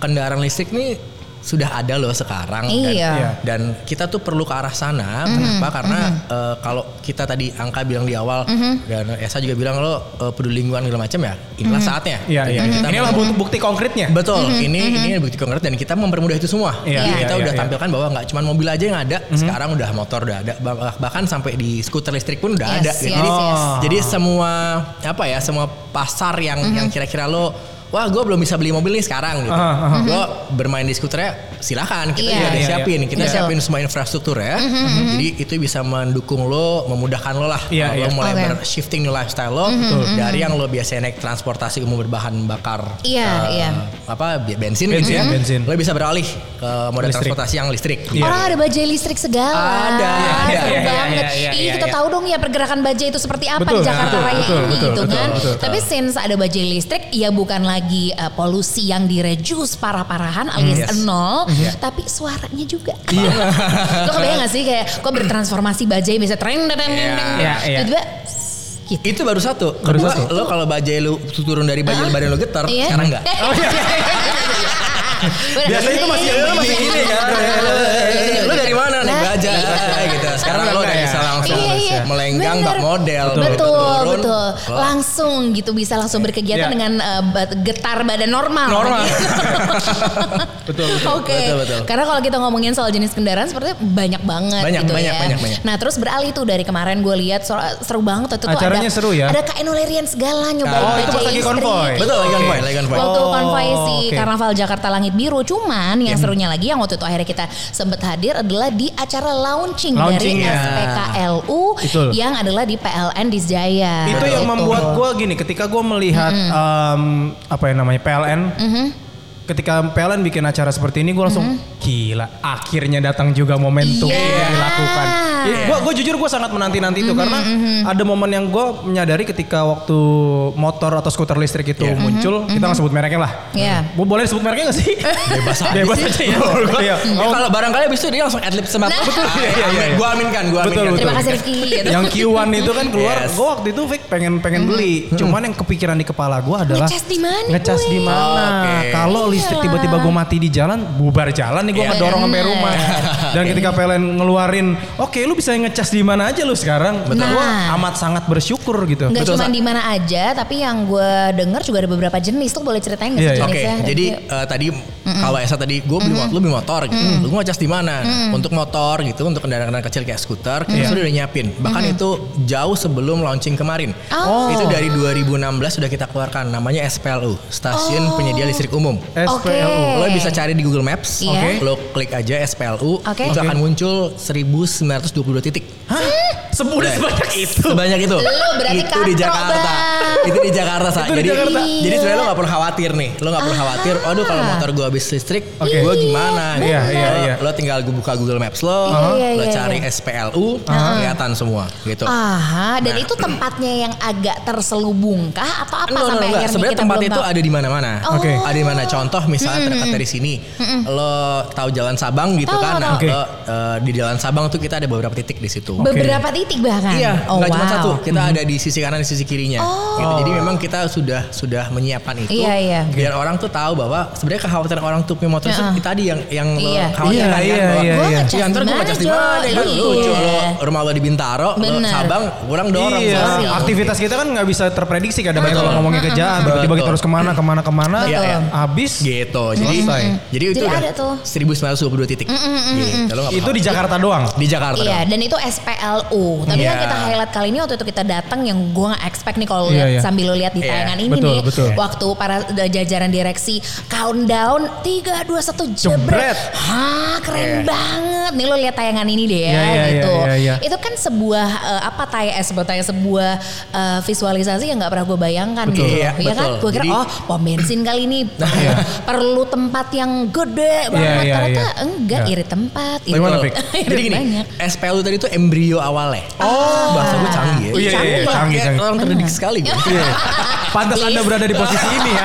Speaker 1: kendaraan listrik nih sudah ada loh sekarang dan-
Speaker 2: Iya.
Speaker 3: Iya.
Speaker 1: dan kita tuh perlu ke arah sana kenapa karena eh, kalau kita tadi angka bilang di awal dan Esa juga bilang lo eh, peduli lingkungan segala macam ya inilah saatnya
Speaker 3: Iya,
Speaker 1: Jadi
Speaker 3: iya.
Speaker 2: Mhm.
Speaker 1: kita
Speaker 3: Inilah
Speaker 1: mau-
Speaker 3: bu- bukti konkretnya.
Speaker 1: Betul, ini ini bukti konkret dan kita mempermudah itu semua.
Speaker 3: Iya,
Speaker 1: Jadi
Speaker 2: iya,
Speaker 1: kita
Speaker 3: iya,
Speaker 1: udah
Speaker 3: iya. Mhm.
Speaker 1: tampilkan bahwa nggak cuma mobil aja yang ada, sekarang udah motor udah ada, Bah- bahkan sampai di skuter listrik pun udah
Speaker 2: Yes,
Speaker 1: ada. gitu.
Speaker 2: yes,
Speaker 1: Jadi,
Speaker 3: yes.
Speaker 1: jadi semua apa ya, semua pasar yang
Speaker 2: Mhm.
Speaker 1: yang kira-kira lo Wah, gue belum bisa beli mobil nih sekarang gitu.
Speaker 3: Aha, aha.
Speaker 1: Gue bermain di skuternya, silakan.
Speaker 2: Iya. Mhm,
Speaker 1: Kita juga udah
Speaker 3: Iya, iya.
Speaker 1: siapin, kita
Speaker 2: Betul.
Speaker 1: siapin semua infrastruktur ya. Jadi itu bisa mendukung lo, memudahkan lo lah.
Speaker 3: Iya, iya.
Speaker 1: lo mulai
Speaker 2: Oke. Mhm,
Speaker 1: ber- shifting new lifestyle lo dari yang lo biasanya naik transportasi umum berbahan bakar.
Speaker 2: Iya,
Speaker 1: eh,
Speaker 2: iya.
Speaker 1: apa bi- bensin,
Speaker 3: Bensin,
Speaker 1: gitu ya.
Speaker 3: bensin.
Speaker 1: Lo bisa beralih ke moda
Speaker 3: Listrik.
Speaker 1: transportasi yang listrik.
Speaker 3: Iya.
Speaker 2: Orang ada bajai listrik segala.
Speaker 1: Ada, ada.
Speaker 2: Seru
Speaker 3: Iya, iya,
Speaker 2: banget.
Speaker 3: iya, iya,
Speaker 2: Ih,
Speaker 3: iya,
Speaker 2: kita
Speaker 3: iya.
Speaker 2: tahu dong ya pergerakan bajai itu seperti apa di
Speaker 3: Betul,
Speaker 2: Jakarta
Speaker 3: betul,
Speaker 2: Raya
Speaker 3: betul,
Speaker 2: ini
Speaker 3: betul,
Speaker 2: gitu
Speaker 3: betul,
Speaker 2: kan.
Speaker 3: betul.
Speaker 2: Tapi since ada bajai listrik, ya bukan lagi eh, polusi yang direduce parah-parahan
Speaker 3: Mm,
Speaker 2: alias
Speaker 1: yes.
Speaker 2: nol,
Speaker 1: Iya.
Speaker 2: tapi suaranya juga. Iya. Lo kebayang gak sih kayak kok bertransformasi bajai bisa tren dan
Speaker 1: Iya.
Speaker 3: Iya, iya.
Speaker 2: tiba-tiba gitu.
Speaker 1: Itu baru satu.
Speaker 3: Baru
Speaker 1: Kedua,
Speaker 3: satu.
Speaker 1: lo kalau bajai lo turun dari bajai badan lo getar,
Speaker 2: Iya.
Speaker 1: sekarang Oh, enggak.
Speaker 2: Eh. Bener.
Speaker 3: Biasanya itu masih yang
Speaker 1: Lo
Speaker 3: begini kan.
Speaker 1: Lo dari mana nih
Speaker 2: Nah.
Speaker 1: bajai gitu. Sekarang lo udah
Speaker 3: Iya.
Speaker 1: bisa langsung
Speaker 2: Iya, iya.
Speaker 1: melenggang
Speaker 2: Bener.
Speaker 1: bak model.
Speaker 2: Betul,
Speaker 1: Begitu
Speaker 2: betul.
Speaker 1: turun, lo-
Speaker 2: Langsung gitu bisa langsung berkegiatan
Speaker 3: Iya.
Speaker 2: dengan eh, bat- getar badan normal. Gitu.
Speaker 1: Normal.
Speaker 3: Betul, betul.
Speaker 2: Oke.
Speaker 1: Betul, betul.
Speaker 2: Karena kalau kita ngomongin soal jenis kendaraan sepertinya banyak banget
Speaker 1: Banyak,
Speaker 2: gitu
Speaker 1: banyak,
Speaker 2: ya.
Speaker 1: banyak, banyak.
Speaker 2: Nah, terus beralih tuh dari kemarin gue lihat so- seru banget waktu itu tuh
Speaker 3: Acaranya
Speaker 2: ada
Speaker 3: seru ya.
Speaker 2: ada Kak Enolerian segala nyobain
Speaker 1: Oh, itu
Speaker 2: baja
Speaker 3: pas lagi
Speaker 2: listrik.
Speaker 3: konvoy.
Speaker 1: Betul, lagi on point, lagi on point.
Speaker 2: Waktu konvoy si
Speaker 3: Oh, oke. Iya.
Speaker 2: Karnaval Jakarta Langit Biru. Cuman yang serunya lagi yang waktu itu akhirnya kita sempat hadir adalah di acara launching, dari
Speaker 3: Launching-nya.
Speaker 2: SPKLU
Speaker 3: ya. Betul.
Speaker 2: yang adalah di PLN Disjaya.
Speaker 1: Nah,
Speaker 3: Itu yang membuat gue gini, ketika gue melihat em, apa yang namanya PLN,
Speaker 1: Mm-hmm.
Speaker 3: ketika PLN bikin acara seperti ini, gue langsung gila. Akhirnya datang juga momentum
Speaker 2: Iya.
Speaker 3: yang dilakukan.
Speaker 1: Iya.
Speaker 3: Gue jujur gue sangat menanti nanti
Speaker 1: Mm-hmm,
Speaker 3: itu karena ada momen yang gue menyadari ketika waktu motor atau skuter listrik itu muncul,
Speaker 1: Mm-hmm,
Speaker 3: kita nggak sebut mereknya lah.
Speaker 2: Iya.
Speaker 3: Bu boleh sebut mereknya nggak sih?
Speaker 1: Bebas aja
Speaker 3: Bebas
Speaker 1: sih.
Speaker 3: aja ya. Iya.
Speaker 1: Ya, kalau barangkali abis itu dia langsung adlib sama
Speaker 2: Nah.
Speaker 1: Betul,
Speaker 3: iya, iya, iya.
Speaker 1: Gue aminkan, gue
Speaker 3: Betul,
Speaker 1: aminkan.
Speaker 3: betul.
Speaker 2: Terima kasih Rifki. gitu.
Speaker 3: yang Q1 itu kan keluar,
Speaker 1: Yes.
Speaker 3: gue waktu itu Vic pengen pengen beli, cuman yang kepikiran di kepala gue adalah
Speaker 2: Ngecas di mana
Speaker 3: Ngecas
Speaker 2: gue? Iya.
Speaker 3: di mana?
Speaker 1: Oke.
Speaker 3: Kalau listrik tiba-tiba gue mati di jalan, bubar jalan nih gue
Speaker 1: Iya.
Speaker 3: nggak dorong sampai
Speaker 2: Bener.
Speaker 3: rumah. Dan ketika PLN ngeluarin, oke lu bisa ngecas di mana aja lu sekarang. Betul. Gue
Speaker 2: Nah.
Speaker 3: amat sangat bersyukur gitu.
Speaker 2: Nggak
Speaker 1: Betul,
Speaker 2: cuma
Speaker 1: Sa.
Speaker 2: di mana aja, tapi yang gue denger juga ada beberapa jenis. Tuh boleh ceritain nggak
Speaker 3: Iya,
Speaker 2: sih
Speaker 3: iya.
Speaker 1: Oke,
Speaker 2: jenisnya?
Speaker 1: jadi eh, tadi kalau Esa tadi gue beli motor, lu beli motor gitu. Lu mau cas di mana? Untuk motor gitu, untuk kendaraan-kendaraan kecil kayak skuter, kita sudah nyiapin. Bahkan itu jauh sebelum launching kemarin.
Speaker 2: Oh.
Speaker 1: Itu dari 2016 sudah kita keluarkan namanya SPLU,
Speaker 2: Oh.
Speaker 1: Stasiun Penyedia Listrik Umum.
Speaker 3: SPLU.
Speaker 1: Lo bisa cari di Google Maps,
Speaker 2: Iya.
Speaker 1: lo klik aja SPLU,
Speaker 2: Oke.
Speaker 1: itu
Speaker 2: Oke.
Speaker 1: akan muncul 1922 titik.
Speaker 3: Hah? Sebulan sebanyak itu.
Speaker 1: Sebanyak itu.
Speaker 2: Lu berarti
Speaker 1: itu di
Speaker 2: katro,
Speaker 1: Jakarta.
Speaker 2: Bang.
Speaker 1: Itu di Jakarta, Sa.
Speaker 3: Itu di
Speaker 1: Jadi,
Speaker 3: Jakarta.
Speaker 1: jadi sebenarnya lo gak perlu khawatir nih. Lo gak
Speaker 2: Ah.
Speaker 1: perlu khawatir, aduh kalau motor gue habis listrik,
Speaker 3: Oke.
Speaker 1: gue gimana?
Speaker 3: Iya,
Speaker 1: gitu.
Speaker 3: iya,
Speaker 1: Lo-
Speaker 3: iya.
Speaker 1: Lo tinggal buka Google Maps lo,
Speaker 2: Iya,
Speaker 1: lo
Speaker 2: iya,
Speaker 1: cari
Speaker 2: iya. Ah.
Speaker 1: SPLU, kelihatan semua gitu.
Speaker 2: Aha, dan
Speaker 1: Nah.
Speaker 2: itu tempatnya yang agak terselubungkah atau apa sampai
Speaker 1: Enggak, enggak, enggak.
Speaker 2: akhirnya
Speaker 1: Sebenarnya
Speaker 2: kita
Speaker 1: tempat
Speaker 2: belum
Speaker 1: itu
Speaker 2: tahu? Oh.
Speaker 1: ada di mana-mana.
Speaker 3: Oke.
Speaker 1: Ada di mana? Contoh misalnya terdekat dari sini. Lo tahu Jalan Sabang gitu
Speaker 2: Tahu, tahu,
Speaker 1: kan. Nah,
Speaker 3: tahu.
Speaker 1: lo, eh, di Jalan Sabang tuh kita ada beberapa titik di situ.
Speaker 2: Beberapa titik bahkan.
Speaker 1: Iya,
Speaker 2: oh,
Speaker 1: nggak cuma
Speaker 2: wow. Mm-hmm.
Speaker 1: satu. Kita ada di sisi kanan, di sisi kirinya.
Speaker 2: Oh,
Speaker 1: gitu. Jadi memang kita sudah sudah menyiapkan itu.
Speaker 2: Iya, iya.
Speaker 1: Biar orang tuh tahu bahwa sebenarnya kekhawatiran orang tuh punya motor itu
Speaker 2: Heeh.
Speaker 1: tadi yang yang lo
Speaker 2: Iya.
Speaker 1: khawatirkan
Speaker 3: Iya,
Speaker 1: kan,
Speaker 3: iya,
Speaker 1: bahwa,
Speaker 3: iya,
Speaker 2: Gua
Speaker 3: iya.
Speaker 2: ngecas
Speaker 1: Ya, ntar gue ngecas di mana
Speaker 2: Jo?
Speaker 1: kan lucu
Speaker 2: Iya.
Speaker 1: lo rumah lo di Bintaro, lo
Speaker 2: Bener.
Speaker 1: Sabang, kurang dorong.
Speaker 2: Sorry.
Speaker 3: Iya, aktivitas kita kan nggak bisa terprediksi kadang kadang kalau ngomongin kerjaan tiba-tiba kita
Speaker 1: Betul.
Speaker 3: harus kemana kemana kemana,
Speaker 1: Iya, iya.
Speaker 3: habis
Speaker 1: Gitu. Jadi
Speaker 3: Selesai.
Speaker 1: jadi itu
Speaker 2: Oh, iya. Jadi
Speaker 1: udah
Speaker 2: ada tuh.
Speaker 1: 1922 titik. Gitu, lo nggak
Speaker 3: itu
Speaker 1: paham.
Speaker 3: di Jakarta doang.
Speaker 1: di Jakarta.
Speaker 2: Iya,
Speaker 1: dong.
Speaker 2: dan itu SPLU. Tapi kan
Speaker 1: Iya.
Speaker 2: kita highlight kali ini waktu itu kita datang yang gue nggak expect nih kalau
Speaker 3: Iya,
Speaker 2: lihat
Speaker 3: iya.
Speaker 2: sambil lo lihat di
Speaker 1: Iya.
Speaker 2: tayangan ini
Speaker 3: Betul,
Speaker 2: nih.
Speaker 3: betul.
Speaker 2: Waktu para eh, jajaran direksi countdown 3 2 1 jebret.
Speaker 3: Jebret.
Speaker 2: Hah, keren banget. Nih lo lihat tayangan ini deh ya
Speaker 3: Iya, iya,
Speaker 2: gitu.
Speaker 3: iya, iya, iya.
Speaker 2: Itu kan sebuah eh, apa tay eh, sebuah tay- sebuah eh, visualisasi yang nggak pernah gue bayangkan
Speaker 1: Betul.
Speaker 2: gitu.
Speaker 1: Iya,
Speaker 2: Iya kan?
Speaker 1: betul.
Speaker 2: Gue kira
Speaker 1: Jadi-
Speaker 2: oh, pom bensin kali ini perlu tempat yang gede banget.
Speaker 3: iya,
Speaker 2: Ternyata
Speaker 3: iya.
Speaker 2: enggak
Speaker 3: Iya.
Speaker 2: irit tempat itu.
Speaker 3: Bagaimana, Fik?
Speaker 1: Jadi gini,
Speaker 2: Iya, banyak.
Speaker 1: SPLU tadi itu embrio awalnya.
Speaker 2: Ah.
Speaker 1: Oh, bahasa gue canggih. ya.
Speaker 3: Oh, iya, iya,
Speaker 1: Canggih
Speaker 3: iya,
Speaker 1: banget.
Speaker 3: canggih,
Speaker 1: Kayak
Speaker 3: canggih.
Speaker 1: Orang terdidik sekali gitu. gue.
Speaker 2: Iya,
Speaker 3: Pantas Anda berada di posisi ini ya.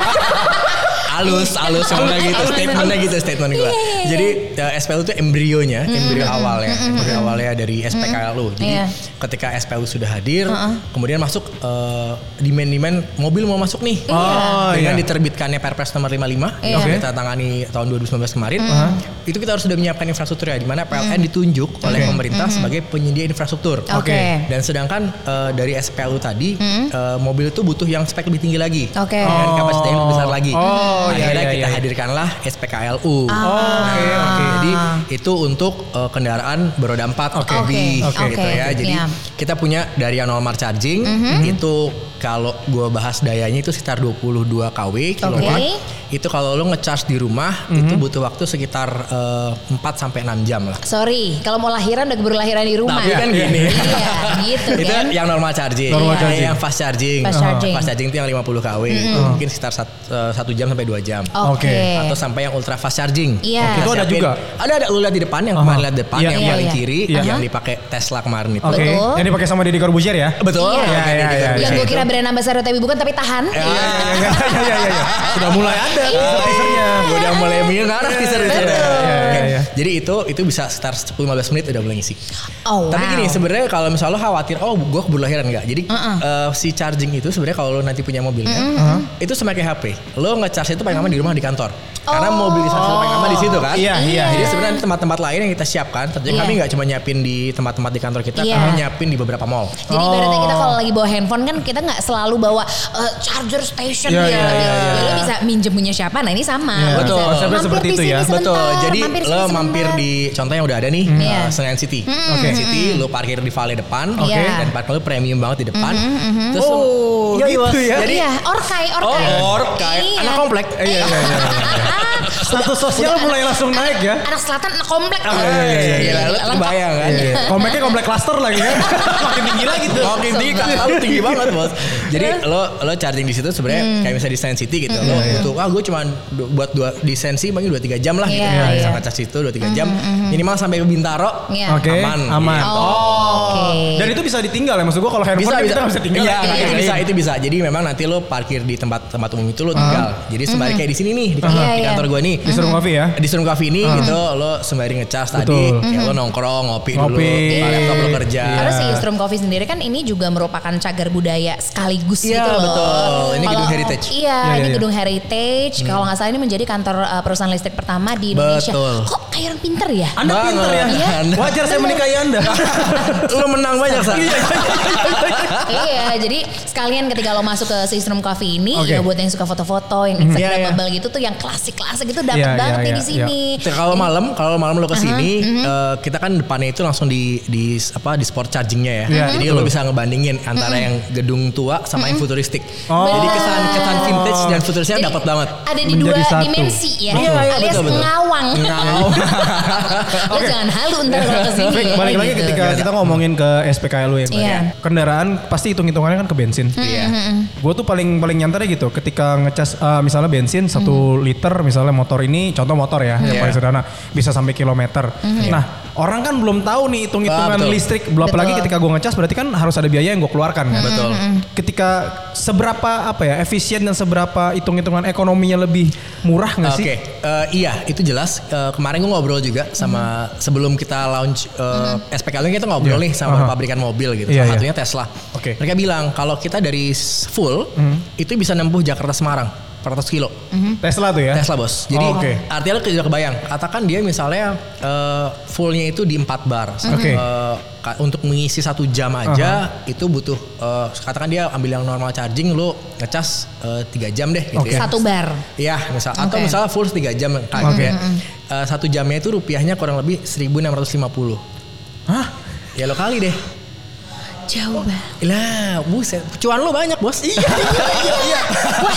Speaker 1: alus alus ngomongnya gitu statementnya gitu statement gue jadi eh, SPLU itu embrionya embrio awalnya embrio awalnya dari SPKLU jadi
Speaker 2: Iya.
Speaker 1: ketika SPLU sudah hadir kemudian masuk eh, demand-demand mobil mau masuk nih
Speaker 3: Oh,
Speaker 1: dengan
Speaker 3: iya.
Speaker 1: diterbitkannya Perpres nomor 55 yang
Speaker 3: Iya.
Speaker 1: sudah ditangani tahun 2019 kemarin Uh-huh. itu kita harus sudah menyiapkan infrastruktur ya di mana PLN ditunjuk oleh
Speaker 3: Oke.
Speaker 1: pemerintah sebagai penyedia infrastruktur
Speaker 2: Oke.
Speaker 3: Oke.
Speaker 1: dan sedangkan eh, dari SPLU tadi eh, mobil itu butuh yang spek lebih tinggi lagi.
Speaker 2: Oke.
Speaker 1: Dengan
Speaker 3: Oh.
Speaker 1: kapasitas yang lebih besar lagi.
Speaker 3: Oh, iya,
Speaker 1: Akhirnya
Speaker 3: iya,
Speaker 1: kita
Speaker 3: iya.
Speaker 1: hadirkanlah SPKLU.
Speaker 2: Ah.
Speaker 3: Oke, oke.
Speaker 1: Jadi itu untuk eh, kendaraan beroda 4
Speaker 3: Oke.
Speaker 1: OKB
Speaker 3: Oke.
Speaker 2: Oke.
Speaker 1: gitu
Speaker 2: Mhm.
Speaker 1: ya. Jadi
Speaker 2: Iya.
Speaker 1: kita punya dari yang normal charging itu kalau gua bahas dayanya itu sekitar 22 kW kilowatt. Itu kalau lo ngecharge di rumah
Speaker 3: Mhm.
Speaker 1: itu butuh waktu sekitar eh, 4 sampai 6 jam lah.
Speaker 2: Sorry, kalau mau lahiran udah keburu lahiran di rumah.
Speaker 1: Tapi kan gini.
Speaker 2: Iya, gitu
Speaker 1: itu
Speaker 2: kan.
Speaker 1: yang normal charging.
Speaker 3: Normal
Speaker 1: Ada
Speaker 3: charging.
Speaker 1: Yang fast charging.
Speaker 2: Fast charging. Mhm.
Speaker 1: Fast charging itu yang 50 kW. Itu mungkin sekitar 1 jam sampai 2 jam.
Speaker 2: Oke.
Speaker 3: Oke.
Speaker 1: Atau sampai yang ultra fast charging.
Speaker 2: Iya.
Speaker 1: Kita
Speaker 3: Itu ada
Speaker 1: siapin-
Speaker 3: juga?
Speaker 1: Ada ada lu lihat di depan yang
Speaker 3: Aha.
Speaker 1: kemarin lihat depan
Speaker 3: Iya,
Speaker 1: yang
Speaker 2: iya,
Speaker 1: paling
Speaker 2: iya.
Speaker 1: kiri
Speaker 3: Iya.
Speaker 1: yang dipakai Tesla kemarin itu.
Speaker 3: Oke,
Speaker 2: Betul.
Speaker 3: yang dipakai sama Deddy Corbuzier ya?
Speaker 1: Betul.
Speaker 2: Iya.
Speaker 1: yang kayak
Speaker 3: Iya,
Speaker 1: gitu.
Speaker 3: iya, iya.
Speaker 2: Yang gue
Speaker 1: Itu.
Speaker 2: kira Brand Ambassador tapi bukan tapi tahan.
Speaker 1: Ya,
Speaker 3: Iya, iya, iya, iya, iya, iya. Sudah mulai ada teaser-teasernya.
Speaker 1: Gua udah mulai mengarah teaser itu.
Speaker 2: Iya. Betul.
Speaker 3: Iya, iya, iya.
Speaker 1: Jadi itu itu bisa sekitar 10 15 menit udah mulai ngisi.
Speaker 2: Oh,
Speaker 1: Tapi
Speaker 2: wow.
Speaker 1: gini sebenarnya kalau misalnya lo khawatir oh gue keburu lahiran enggak. Jadi eh, si charging itu sebenarnya kalau lo nanti punya mobilnya itu sama kayak HP. Lo nge-charge itu paling aman di rumah di kantor. Karena
Speaker 2: Oh.
Speaker 1: mobil di charge paling aman di situ kan.
Speaker 3: Iya, iya,
Speaker 1: Jadi
Speaker 3: iya.
Speaker 1: sebenarnya tempat-tempat lain yang kita siapkan, tentunya
Speaker 2: Iya.
Speaker 1: kami nggak cuma nyiapin di tempat-tempat di kantor kita,
Speaker 2: Iya.
Speaker 1: kami nyiapin di beberapa mall.
Speaker 2: Jadi
Speaker 3: Oh.
Speaker 2: ibaratnya kita kalau lagi bawa handphone kan kita nggak selalu bawa eh, charger station ya.
Speaker 3: Iya, iya, iya,
Speaker 2: Ya,
Speaker 3: iya.
Speaker 2: Lo bisa minjem punya siapa? Nah ini sama.
Speaker 3: Iya,
Speaker 2: Lo
Speaker 1: betul.
Speaker 2: bisa,
Speaker 1: Konsepnya
Speaker 2: "Mampir
Speaker 3: seperti
Speaker 2: di
Speaker 3: itu
Speaker 2: sini
Speaker 3: ya.
Speaker 2: Iya, sebentar,
Speaker 1: Betul. Jadi
Speaker 2: sini
Speaker 1: lo
Speaker 2: sebentar."
Speaker 1: mampir di contoh yang udah ada nih,
Speaker 2: Iya.
Speaker 1: uh, Senayan City. Senayan City, lo parkir di Vale depan,
Speaker 2: Oke.
Speaker 1: Oke. dan parkir lo premium banget di depan. Terus lo-
Speaker 3: Oh,
Speaker 1: Iya, iya.
Speaker 3: gitu ya.
Speaker 1: Jadi
Speaker 2: iya, orkai, orkai.
Speaker 1: Oh, or kayak
Speaker 2: Iya.
Speaker 1: anak komplek.
Speaker 3: Iya, iya, iya. Status sosial Iya, mulai langsung naik ya.
Speaker 2: Anak selatan, anak komplek.
Speaker 3: Oh, iya, iya, iya, iya.
Speaker 1: Gila, lo kebayang kan?
Speaker 3: Iya, iya. Kompleknya komplek klaster lagi kan. Makin tinggi lagi tuh.
Speaker 1: Oke, tinggi kan Lo tinggi banget, Bos. Jadi lo lo charging di situ sebenarnya
Speaker 2: Hmm.
Speaker 1: kayak misalnya di Sen City gitu.
Speaker 2: Iya,
Speaker 1: Lo butuh ah gue cuma du- buat dua di Sen City paling 2 3 jam lah gitu.
Speaker 2: Iya,
Speaker 1: Yeah,
Speaker 2: iya. hmm,
Speaker 1: Bisa ngecas itu 2 3 jam. Minimal sampai ke Bintaro.
Speaker 2: Iya.
Speaker 3: Oke,
Speaker 1: Aman.
Speaker 3: aman.
Speaker 2: Oh, oke.
Speaker 3: Dan itu bisa ditinggal ya maksud gua kalau handphone kan kita nggak Iya. bisa tinggal.
Speaker 1: Iya,
Speaker 3: Kita
Speaker 1: itu
Speaker 3: tinggalin.
Speaker 1: bisa, itu bisa. Jadi memang nanti lo parkir di tempat tempat umum itu lo tinggal. Jadi sembari kayak di sini nih di kantor,
Speaker 2: Ah. Iya, Ah.
Speaker 1: di
Speaker 2: iya.
Speaker 1: kantor gue nih.
Speaker 3: Disuruh ngopi ya.
Speaker 1: Di Surum Coffee ini gitu lo sembari ngecas tadi,
Speaker 3: Betul.
Speaker 1: ya
Speaker 2: Hmm.
Speaker 1: lo nongkrong, ngopi, dulu,
Speaker 3: Ngopi.
Speaker 1: buka laptop lo kerja.
Speaker 3: Iya.
Speaker 2: Karena si Strum Coffee sendiri kan ini juga merupakan cagar budaya sekaligus
Speaker 1: Iya,
Speaker 2: gitu loh.
Speaker 1: betul. Ini gedung heritage. Hmm.
Speaker 2: Iya,
Speaker 3: Iya,
Speaker 2: ini
Speaker 3: iya.
Speaker 2: gedung heritage. Kalau nggak salah ini menjadi kantor uh, perusahaan listrik pertama di Indonesia.
Speaker 1: Betul.
Speaker 2: Kok kayak orang pinter ya?
Speaker 3: Anda pinter ya.
Speaker 1: Iya.
Speaker 3: Wajar saya menikahi Anda.
Speaker 1: lo menang banyak sa.
Speaker 2: iya, jadi sekalian ketika lo masuk ke Sistrum Coffee ini,
Speaker 3: Oke. Hmm.
Speaker 2: ya buat yang suka foto-foto, yang
Speaker 1: Iya,
Speaker 2: Instagramable gitu tuh yang klasik-klasik gitu dapat
Speaker 3: Iya, iya,
Speaker 2: banget nih
Speaker 3: iya,
Speaker 2: di
Speaker 3: iya.
Speaker 2: sini.
Speaker 1: Nah, Kalau malam, kalau malam lo kesini, eh, kita kan depannya itu langsung di di apa di sport chargingnya ya.
Speaker 3: Iya,
Speaker 1: Jadi lo bisa ngebandingin antara yang gedung tua sama yang futuristik.
Speaker 3: Oh.
Speaker 1: Jadi kesan kesan vintage dan futuristiknya
Speaker 2: Jadi,
Speaker 1: dapat banget.
Speaker 2: Ada di
Speaker 3: Menjadi
Speaker 2: dua
Speaker 3: satu.
Speaker 2: dimensi ya,
Speaker 1: Betul. Iya, iya,
Speaker 2: alias
Speaker 1: betul, betul.
Speaker 2: ngawang.
Speaker 1: Ngawang.
Speaker 2: lo jangan halu ntar kalau kesini.
Speaker 3: Tapi balik lagi
Speaker 2: gitu.
Speaker 3: ketika kita ngomongin ke SPKLU ya kemarin.
Speaker 2: Iya.
Speaker 3: Kendaraan pasti hitung-hitungannya kan ke bensin.
Speaker 1: Iya.
Speaker 3: Gue tuh paling paling nyantarnya gitu ketika ngecas eh, misalnya bensin satu liter misalnya motor ini contoh motor ya yang
Speaker 1: Iya.
Speaker 3: paling sederhana bisa sampai kilometer. Nah Orang kan belum tahu nih hitung-hitungan
Speaker 1: Ah, betul.
Speaker 3: listrik. Belum
Speaker 2: Betul.
Speaker 3: apalagi ketika gue ngecas berarti kan harus ada biaya yang gue keluarkan kan.
Speaker 1: Betul.
Speaker 3: Ketika seberapa apa ya efisien dan seberapa hitung-hitungan ekonominya lebih murah nggak
Speaker 1: Oke,
Speaker 3: sih?
Speaker 1: eh, iya itu jelas. Eh, kemarin gue ngobrol juga sama sebelum kita launch eh, SPK Link kita ngobrol
Speaker 3: Iya.
Speaker 1: nih sama
Speaker 3: Aha.
Speaker 1: pabrikan mobil gitu.
Speaker 3: Iya,
Speaker 1: salah
Speaker 3: iya.
Speaker 1: satunya Tesla.
Speaker 3: Oke. Mhm.
Speaker 1: Mereka bilang kalau kita dari full itu bisa nempuh Jakarta Semarang 400 kilo.
Speaker 3: Tesla tuh ya.
Speaker 1: Tesla bos. Jadi
Speaker 3: Oh, oke.
Speaker 1: artinya lo tidak kebayang. Katakan dia misalnya eh, fullnya itu di 4 bar.
Speaker 3: Oke.
Speaker 1: Eh, ka- untuk mengisi satu jam aja itu butuh eh, katakan dia ambil yang normal charging lo ngecas eh, tiga jam deh gitu
Speaker 3: Oke.
Speaker 1: ya.
Speaker 2: Satu bar.
Speaker 1: Iya, misal atau
Speaker 2: Oke.
Speaker 1: misalnya full 3 jam kan.
Speaker 3: Oke.
Speaker 1: ya. Eh, satu jamnya itu rupiahnya kurang lebih 1650.
Speaker 3: Hah?
Speaker 1: Ya lo kali deh.
Speaker 2: Jauh banget.
Speaker 1: Lah, buset. Cuan lo banyak, Bos. Iya, iya, iya, iya.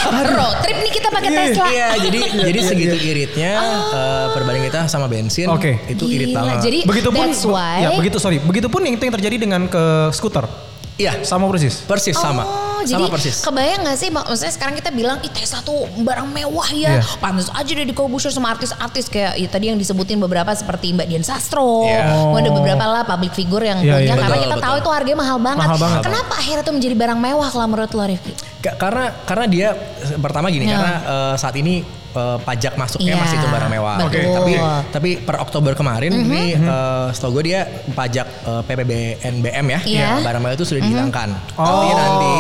Speaker 2: Wah, road trip nih kita pakai
Speaker 3: Iya,
Speaker 2: Tesla. Oh.
Speaker 1: Iya, jadi jadi segitu iritnya eh, perbanding kita sama bensin
Speaker 3: Oke.
Speaker 1: itu irit
Speaker 2: Gila,
Speaker 1: banget.
Speaker 2: Jadi
Speaker 3: Begitupun
Speaker 2: that's why.
Speaker 3: ya begitu sorry. Begitupun yang itu yang terjadi dengan ke skuter.
Speaker 1: iya,
Speaker 3: Sama persis.
Speaker 1: persis sama.
Speaker 2: Oh,
Speaker 1: Sama
Speaker 2: jadi
Speaker 1: persis.
Speaker 2: kebayang gak sih mak- maksudnya sekarang kita bilang Ih Tesla tuh barang mewah ya
Speaker 3: Iya.
Speaker 2: Pantes aja deh di Corbusier sama artis-artis Kayak ya, tadi yang disebutin beberapa seperti Mbak Dian Sastro
Speaker 1: Iya.
Speaker 2: Oh, Ada beberapa lah public figure yang
Speaker 3: Iya,
Speaker 2: punya
Speaker 3: iya.
Speaker 2: Karena
Speaker 1: Betul,
Speaker 2: kita tahu
Speaker 1: betul.
Speaker 2: itu harganya mahal banget.
Speaker 3: Mahal banget.
Speaker 2: Kenapa akhirnya tuh menjadi barang mewah kalau menurut lo Rifki?
Speaker 1: Ka- karena karena dia pertama gini
Speaker 2: Ya.
Speaker 1: karena eh, saat ini eh, pajak masuknya
Speaker 2: Iya,
Speaker 1: masih itu barang mewah.
Speaker 2: Oke. betul. Mhm.
Speaker 1: Tapi tapi per Oktober kemarin ini
Speaker 3: Mhm.
Speaker 1: eh, setahu gue dia pajak eh, PPBNBM ya.
Speaker 2: Iya.
Speaker 1: Barang mewah itu sudah dihilangkan.
Speaker 3: Oh.
Speaker 1: Artinya nanti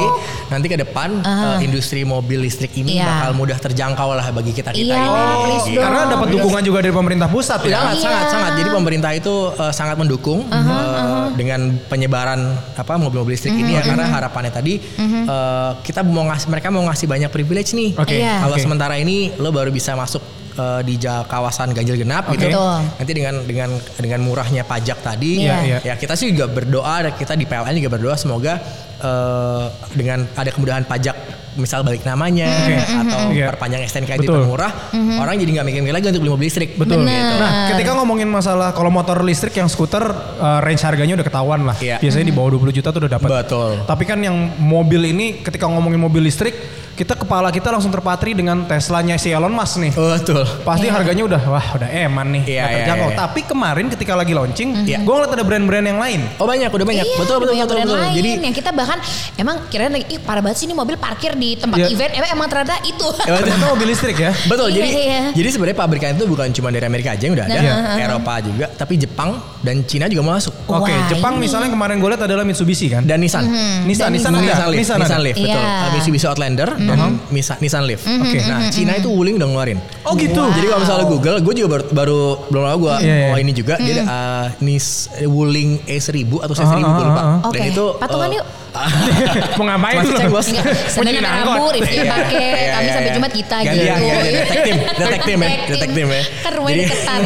Speaker 1: nanti ke depan eh, industri mobil listrik
Speaker 2: Ah.
Speaker 1: ini
Speaker 2: Iya.
Speaker 1: bakal mudah terjangkau lah bagi kita-kita
Speaker 2: Iya,
Speaker 1: ini.
Speaker 2: please
Speaker 1: Gitu.
Speaker 2: dong.
Speaker 3: Karena dapat dukungan juga dari pemerintah pusat ya.
Speaker 1: Sangat,
Speaker 2: Iya.
Speaker 1: sangat, sangat. Jadi pemerintah itu eh, sangat mendukung eh, dengan penyebaran apa mobil-mobil listrik ini
Speaker 3: Mhm,
Speaker 1: ya karena harapannya tadi eh, kita mau ngasih mereka mau ngasih banyak privilege nih.
Speaker 3: Oke.
Speaker 2: Iya.
Speaker 1: Kalau
Speaker 3: Oke.
Speaker 1: sementara ini lo baru bisa masuk eh, di ja- kawasan ganjil genap
Speaker 3: Oke.
Speaker 1: gitu.
Speaker 2: Betul.
Speaker 1: Nanti dengan dengan dengan murahnya pajak tadi
Speaker 2: Iya.
Speaker 3: Iya.
Speaker 1: ya kita sih juga berdoa dan kita di PLN juga berdoa semoga eh, dengan ada kemudahan pajak misal balik namanya
Speaker 3: Oke.
Speaker 1: atau
Speaker 3: Iya.
Speaker 1: perpanjang STNK
Speaker 3: Betul. Mhm.
Speaker 1: itu murah, orang jadi nggak mikir-mikir lagi untuk beli mobil listrik. Gitu.
Speaker 3: Betul.
Speaker 2: Benar.
Speaker 3: Nah, ketika ngomongin masalah kalau motor listrik yang skuter eh, range harganya udah ketahuan lah.
Speaker 1: Iya.
Speaker 3: Biasanya di bawah 20 juta tuh udah dapat.
Speaker 1: Betul.
Speaker 3: Tapi kan yang mobil ini ketika ngomongin mobil listrik, kita kepala kita langsung terpatri dengan Teslanya si Elon Musk nih.
Speaker 1: Betul.
Speaker 3: Pasti harganya udah wah udah eman nih.
Speaker 1: Iya,
Speaker 3: nggak
Speaker 1: iya,
Speaker 3: terjangkau.
Speaker 1: iya.
Speaker 3: Tapi kemarin ketika lagi launching,
Speaker 1: Iya.
Speaker 3: gue ngeliat ada brand-brand yang lain.
Speaker 1: Oh banyak, udah banyak.
Speaker 2: Iya,
Speaker 1: betul, betul,
Speaker 2: banyak
Speaker 1: betul,
Speaker 2: brand
Speaker 1: betul.
Speaker 2: lain ya.
Speaker 1: Jadi
Speaker 2: yang kita bahkan emang kirain lagi, ih parah banget sih ini mobil parkir di tempat
Speaker 3: Iya.
Speaker 2: event. Emang, emang ternyata itu.
Speaker 1: Ya, betul.
Speaker 3: Ternyata mobil listrik ya.
Speaker 1: Betul.
Speaker 2: Iya,
Speaker 1: jadi
Speaker 2: iya.
Speaker 1: jadi sebenarnya pabrikan itu bukan cuma dari Amerika aja yang udah ada,
Speaker 3: Iya.
Speaker 1: Eropa juga, tapi Jepang dan Cina juga mau masuk.
Speaker 3: Oke,
Speaker 2: Wah,
Speaker 3: Jepang
Speaker 2: ini.
Speaker 3: misalnya kemarin gue liat adalah Mitsubishi kan.
Speaker 1: Dan Nissan.
Speaker 3: Nissan, Nissan, ada.
Speaker 1: Nissan Leaf,
Speaker 3: Nissan, ada.
Speaker 1: Nissan Leaf, betul.
Speaker 2: Iya.
Speaker 1: Uh, Mitsubishi Outlander dan Misa- Nissan Leaf.
Speaker 3: Oke.
Speaker 1: Nah, Cina itu Wuling udah ngeluarin.
Speaker 3: Oh gitu.
Speaker 1: Jadi kalau misalnya Google, gue juga baru, baru belum lama gue
Speaker 3: Iya, iya.
Speaker 1: oh ini juga dia ada uh, Nis Wuling E1000 atau C1000
Speaker 3: Aha,
Speaker 1: gue lupa.
Speaker 3: aha, aha.
Speaker 1: Dan
Speaker 2: Oke,
Speaker 1: itu
Speaker 2: patungan
Speaker 1: uh,
Speaker 2: yuk.
Speaker 3: Mau ngapain
Speaker 1: Masih
Speaker 3: lu?
Speaker 1: cek, Bos.
Speaker 2: Enggak,
Speaker 3: Bunyi
Speaker 2: Senin
Speaker 3: angkot.
Speaker 2: Rabu Rifki
Speaker 1: Iya.
Speaker 2: pakai
Speaker 1: Iya,
Speaker 2: kami
Speaker 1: iya,
Speaker 2: sampai
Speaker 1: iya.
Speaker 2: Jumat kita gitu.
Speaker 1: Gantian, gantian. Detektif, detektif ya, detektif ya.
Speaker 2: Kan rumahnya
Speaker 1: Jadi-
Speaker 2: deketan.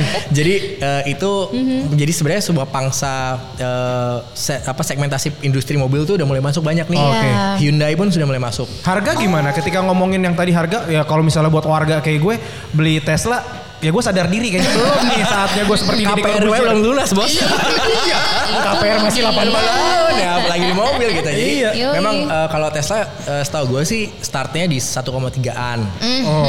Speaker 1: jadi eh, itu
Speaker 2: Mhm.
Speaker 1: jadi sebenarnya sebuah pangsa eh, se- apa segmentasi industri mobil tuh udah mulai masuk banyak nih.
Speaker 3: Oke.
Speaker 2: Iya.
Speaker 1: Hyundai pun sudah mulai masuk.
Speaker 3: Harga gimana ketika ngomongin yang tadi harga ya kalau misalnya buat warga kayak gue beli Tesla ya gue sadar diri kayaknya belum nih saatnya gue seperti Deddy
Speaker 1: KPR gue
Speaker 3: Corbuzier.
Speaker 1: belum lunas bos.
Speaker 3: KPR masih
Speaker 2: Iya.
Speaker 3: 8
Speaker 1: Tahun ya apalagi di mobil gitu. Jadi
Speaker 3: Iya.
Speaker 2: Yoi.
Speaker 1: memang eh, kalau Tesla eh, setahu gue sih startnya di 1,3an.
Speaker 2: Mhm.
Speaker 3: Oh.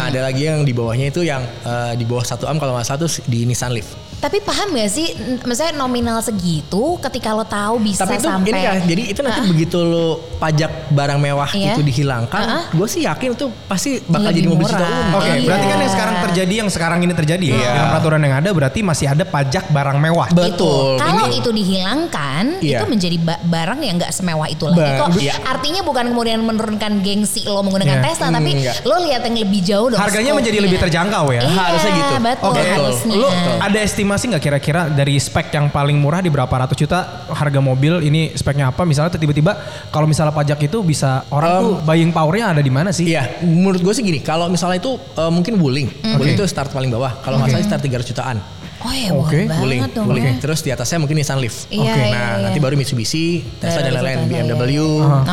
Speaker 1: Nah ada lagi yang di bawahnya itu yang eh, di bawah 1 am kalau nggak salah tuh di Nissan Leaf.
Speaker 2: Tapi paham gak sih, n- maksudnya nominal segitu ketika lo tahu bisa
Speaker 1: Tapi itu
Speaker 2: sampai
Speaker 1: ini kan, jadi itu nanti begitu lo pajak barang mewah
Speaker 2: Iya.
Speaker 1: itu dihilangkan,
Speaker 2: Ah, ah.
Speaker 1: gue sih yakin itu pasti bakal
Speaker 2: Lebih
Speaker 1: jadi mobil
Speaker 2: murah.
Speaker 1: sejuta umum.
Speaker 3: Oke,
Speaker 2: Iya.
Speaker 3: berarti kan yang sekarang terjadi yang sekarang ini terjadi ya.
Speaker 1: Iya.
Speaker 3: Dengan peraturan yang ada berarti masih ada pajak barang mewah.
Speaker 1: Betul.
Speaker 2: Gitu. Kalau
Speaker 1: Ini-
Speaker 2: itu dihilangkan,
Speaker 1: Iya.
Speaker 2: itu menjadi ba- barang yang nggak semewah itu lagi.
Speaker 3: Ba-
Speaker 2: Kok
Speaker 1: Iya.
Speaker 2: artinya bukan kemudian menurunkan gengsi lo menggunakan
Speaker 3: Iya.
Speaker 2: Tesla, tapi
Speaker 1: Enggak.
Speaker 2: lo lihat yang lebih jauh dong.
Speaker 3: Harganya menjadi
Speaker 2: skopnya.
Speaker 3: lebih terjangkau ya.
Speaker 2: Iya,
Speaker 1: Harusnya gitu.
Speaker 2: Betul,
Speaker 1: Oke, betul.
Speaker 2: harusnya.
Speaker 3: Lu ada estimasi nggak kira-kira dari spek yang paling murah di berapa ratus juta harga mobil ini speknya apa misalnya tiba-tiba kalau misalnya pajak itu bisa orang
Speaker 1: Um,
Speaker 3: tuh buying powernya ada di mana sih?
Speaker 1: Iya, menurut gue sih gini, kalau misalnya itu eh, mungkin wuling, wuling
Speaker 3: Oke.
Speaker 1: itu start paling bawah, kalau nggak salah start 300 jutaan.
Speaker 2: Oh ya,
Speaker 3: Oke.
Speaker 2: banget
Speaker 1: Wuling,
Speaker 2: dong.
Speaker 1: wuling.
Speaker 2: ya.
Speaker 1: Terus di atasnya mungkin Nissan Leaf.
Speaker 2: Iya,
Speaker 3: Oke.
Speaker 2: iya,
Speaker 1: Nah,
Speaker 2: iya.
Speaker 1: nanti baru Mitsubishi, Tesla
Speaker 2: Baru
Speaker 1: dan lain-lain,
Speaker 2: Tesla, iya.
Speaker 1: BMW.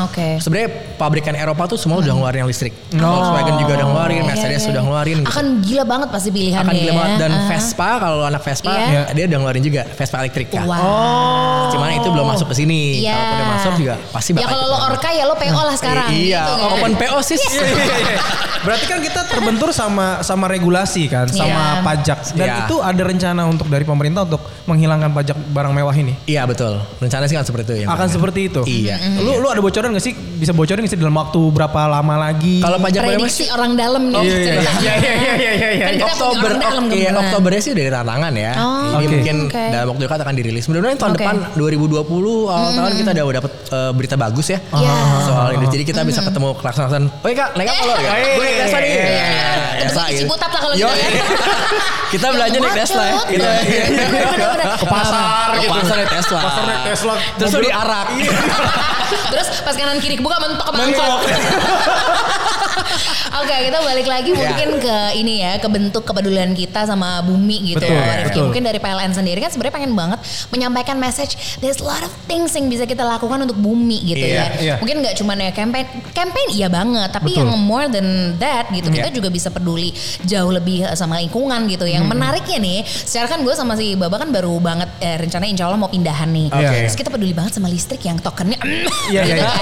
Speaker 2: Oke.
Speaker 1: Sebenarnya pabrikan Eropa tuh semua udah ngeluarin yang listrik. Volkswagen juga udah ngeluarin,
Speaker 2: Iya,
Speaker 1: Mercedes
Speaker 2: iya,
Speaker 1: sudah
Speaker 2: iya.
Speaker 1: ngeluarin. gitu.
Speaker 2: Akan gila banget pasti pilihannya.
Speaker 1: Akan gila banget.
Speaker 2: ya.
Speaker 1: dan
Speaker 2: Ah.
Speaker 1: Vespa kalau lo anak Vespa
Speaker 2: Iya.
Speaker 1: dia udah ngeluarin juga Vespa elektrik kan.
Speaker 2: Wah.
Speaker 3: Oh.
Speaker 1: Cuman itu belum masuk ke sini.
Speaker 2: Iya.
Speaker 1: Kalau udah masuk juga pasti bakal
Speaker 2: Ya kalau lo
Speaker 1: ikut.
Speaker 2: orka ya lo PO lah sekarang.
Speaker 1: Iya,
Speaker 2: gitu kan.
Speaker 1: open PO sis.
Speaker 3: Iya, iya, iya. Berarti kan kita terbentur sama sama regulasi kan, sama
Speaker 2: Iya.
Speaker 3: pajak. Dan
Speaker 1: Iya.
Speaker 3: itu ada rencana rencana untuk dari pemerintah untuk menghilangkan pajak barang mewah ini?
Speaker 1: Iya betul. Rencana sih kan seperti itu ya.
Speaker 3: Akan
Speaker 1: Bang.
Speaker 3: seperti itu.
Speaker 1: Iya.
Speaker 2: Mm-hmm.
Speaker 3: Lu lu ada bocoran gak sih? Bisa bocoran gak sih dalam waktu berapa lama lagi?
Speaker 1: Kalau pajak mewah
Speaker 2: Prediksi
Speaker 1: sih
Speaker 2: orang dalam nih gitu kan.
Speaker 3: Iya, iya,
Speaker 2: ceritanya.
Speaker 3: iya, iya, iya, iya, iya.
Speaker 2: Kan kita punya
Speaker 1: Oktober,
Speaker 2: orang dalam
Speaker 1: ok- iya,
Speaker 2: kebetulan.
Speaker 1: Oktobernya sih dari tantangan ya.
Speaker 2: Oh,
Speaker 1: Ini
Speaker 3: Oke.
Speaker 1: mungkin
Speaker 2: Oke.
Speaker 1: dalam waktu dekat akan dirilis. Mudah-mudahan tahun
Speaker 2: Oke.
Speaker 1: depan 2020 awal tahun kita udah dapat eh, berita bagus ya
Speaker 2: Iya.
Speaker 1: soal ini. Jadi kita bisa ketemu kelaksanaan. Oh kak, naik apa lo?
Speaker 3: Eh.
Speaker 1: Gue naik Tesla nih.
Speaker 3: Iya.
Speaker 1: Ya, Tesla
Speaker 2: Isi
Speaker 1: gitu.
Speaker 2: botak lah kalau
Speaker 1: Yo,
Speaker 2: gitu ya.
Speaker 1: kita belanja naik Tesla ya. Gitu.
Speaker 3: Ke pasar
Speaker 1: Ke
Speaker 3: gitu.
Speaker 1: pasar naik Tesla.
Speaker 3: Pasar naik Tesla.
Speaker 1: Terus lu
Speaker 3: Mobil-
Speaker 1: diarak.
Speaker 2: Terus pas kanan kiri kebuka mentok ke mangkok. Oke, kita balik lagi
Speaker 3: Iya.
Speaker 2: mungkin ke ini ya, ke bentuk kepedulian kita sama bumi gitu.
Speaker 3: Betul,
Speaker 2: Rifki.
Speaker 3: betul.
Speaker 2: Mungkin dari PLN sendiri kan sebenarnya pengen banget menyampaikan message there's a lot of things yang bisa kita lakukan untuk bumi gitu
Speaker 1: Iya,
Speaker 2: ya.
Speaker 3: iya.
Speaker 2: Mungkin nggak cuma ya campaign, campaign iya banget, tapi
Speaker 3: Betul.
Speaker 2: yang more than that gitu kita
Speaker 3: Iya.
Speaker 2: juga bisa peduli jauh lebih eh, sama lingkungan gitu.
Speaker 3: Mm-hmm.
Speaker 2: Yang menariknya nih, secara kan gue sama si Baba kan baru banget eh, rencananya insya Allah mau pindahan nih.
Speaker 3: Oke.
Speaker 2: Terus kita peduli banget sama listrik yang tokennya
Speaker 3: Iya, iya,
Speaker 2: gitu
Speaker 3: iya.
Speaker 2: kan.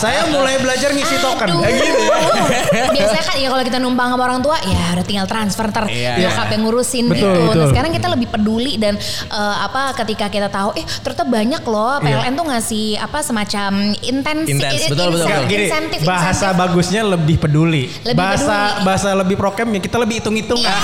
Speaker 3: Saya mulai belajar ngisi token. Eh,
Speaker 2: Aduh. Biasanya kan ya kalau kita numpang sama orang tua ya udah tinggal transfer ter
Speaker 1: Iya.
Speaker 2: nyokap yang ngurusin
Speaker 3: Betul,
Speaker 2: gitu. Nah,
Speaker 3: betul.
Speaker 2: sekarang kita lebih peduli dan eh, apa ketika kita tahu eh ternyata banyak loh PLN tuh ngasih apa semacam intensi
Speaker 1: Intens, betul, betul,
Speaker 2: insen-
Speaker 1: betul.
Speaker 3: Gini,
Speaker 2: insentif
Speaker 3: bahasa
Speaker 2: insentif.
Speaker 3: bagusnya lebih peduli.
Speaker 2: Lebih
Speaker 3: bahasa
Speaker 2: peduli.
Speaker 3: bahasa lebih prokemnya kita lebih hitung-hitungan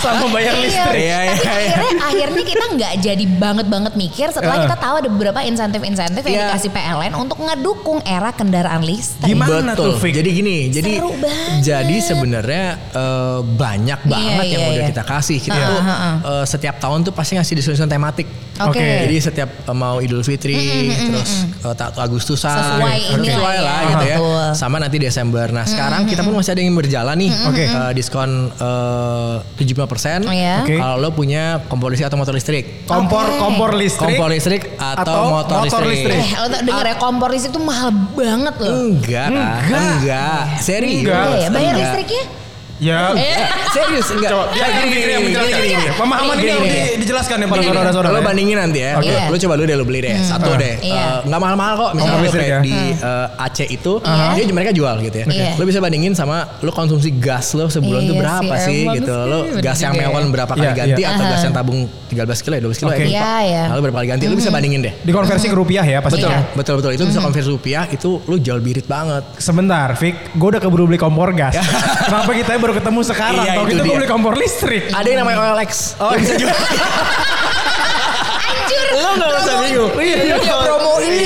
Speaker 3: sama bayar
Speaker 2: Iya.
Speaker 3: listrik.
Speaker 2: Tapi
Speaker 1: Iya, iya, iya.
Speaker 2: akhirnya akhirnya kita nggak jadi banget banget mikir setelah
Speaker 3: Heeh.
Speaker 2: kita tahu ada beberapa insentif-insentif yang
Speaker 1: Iya.
Speaker 2: dikasih PLN untuk ngedukung era kendaraan listrik.
Speaker 3: Gimana
Speaker 1: Betul.
Speaker 3: tuh, Fik?
Speaker 1: Jadi gini, jadi
Speaker 2: Seru banget.
Speaker 1: jadi sebenarnya eh, banyak banget
Speaker 2: Iya,
Speaker 1: yang
Speaker 2: iya,
Speaker 1: udah
Speaker 2: iya.
Speaker 1: kita kasih. Kita
Speaker 2: Ah,
Speaker 1: tuh
Speaker 2: ah, ah.
Speaker 1: eh, setiap tahun tuh pasti ngasih diskon tematik.
Speaker 2: Oke. Mm,
Speaker 3: Oke.
Speaker 1: Jadi setiap eh, mau Idul Fitri, terus eh, ta- Agustusan,
Speaker 2: Sesuai ini lah
Speaker 1: sesuai
Speaker 2: ya.
Speaker 1: lah gitu ya.
Speaker 2: Betul. Mm,
Speaker 1: Sama nanti Desember. Nah, sekarang kita pun masih ada yang berjalan nih.
Speaker 3: Oke.
Speaker 1: Eh, diskon eh, 75%
Speaker 2: Oh, iya.
Speaker 3: Oke.
Speaker 1: kalau lo punya kompor listrik atau motor listrik.
Speaker 3: Kompor
Speaker 2: Oke.
Speaker 3: kompor listrik.
Speaker 1: Kompor listrik atau,
Speaker 3: Atau
Speaker 1: motor,
Speaker 3: motor listrik.
Speaker 1: listrik.
Speaker 2: Eh, lo tau denger ya kompor listrik tuh mahal banget loh.
Speaker 1: Enggak, enggak, enggak. Serius.
Speaker 3: Enggak.
Speaker 2: Iya ya, bayar
Speaker 1: Enggak.
Speaker 2: listriknya?
Speaker 3: Ya.
Speaker 1: Eh, serius enggak?
Speaker 3: Coba biar
Speaker 1: Kayak
Speaker 3: gini gini yang menjelaskan.
Speaker 1: gini.
Speaker 3: Pemahaman ini
Speaker 1: Gini,
Speaker 3: harus
Speaker 1: gini.
Speaker 3: di- dijelaskan ya para
Speaker 1: Gini,
Speaker 3: saudara-saudara.
Speaker 1: Lo
Speaker 3: ya.
Speaker 1: bandingin nanti ya.
Speaker 3: Oke. Hmm.
Speaker 1: Lo coba lu deh lo beli deh. Satu deh. Eh,
Speaker 2: Iya.
Speaker 1: Nggak mahal-mahal kok. Misalnya
Speaker 3: Kompor
Speaker 1: lo
Speaker 3: listrik
Speaker 1: kayak
Speaker 3: ya.
Speaker 1: di eh, Aceh itu. Dia mereka jual gitu ya.
Speaker 2: Hmm. Iya.
Speaker 1: Lo bisa bandingin sama lo konsumsi gas lo sebulan tuh
Speaker 2: Iya
Speaker 1: berapa
Speaker 2: sih,
Speaker 1: sih
Speaker 2: emang
Speaker 1: gitu.
Speaker 2: sih,
Speaker 1: Lo
Speaker 2: bener
Speaker 1: gas yang
Speaker 2: juga ya.
Speaker 1: mewon berapa kali
Speaker 3: Iya,
Speaker 1: ganti.
Speaker 3: iya.
Speaker 1: Atau gas yang tabung 13 kilo ya 12 kilo ya.
Speaker 3: Oke.
Speaker 1: lupa.
Speaker 2: Iya, iya.
Speaker 1: Lalu berapa kali ganti. Lo bisa bandingin deh.
Speaker 3: Dikonversi ke rupiah ya pasti.
Speaker 1: Betul,
Speaker 3: ya.
Speaker 1: betul, betul. Itu bisa konversi rupiah itu lo jual birit banget.
Speaker 3: Sebentar, Fik, gue udah keburu beli kompor gas. Kenapa kita baru ketemu sekarang?
Speaker 1: Iya,
Speaker 3: Kalau
Speaker 1: itu
Speaker 3: gitu gue
Speaker 1: dia.
Speaker 3: beli kompor listrik.
Speaker 1: Ada yang namanya OLX. Oh, bisa jual.
Speaker 2: Anjir.
Speaker 1: Lo nggak usah bingung.
Speaker 3: Iya, iya,
Speaker 1: Dia promoin.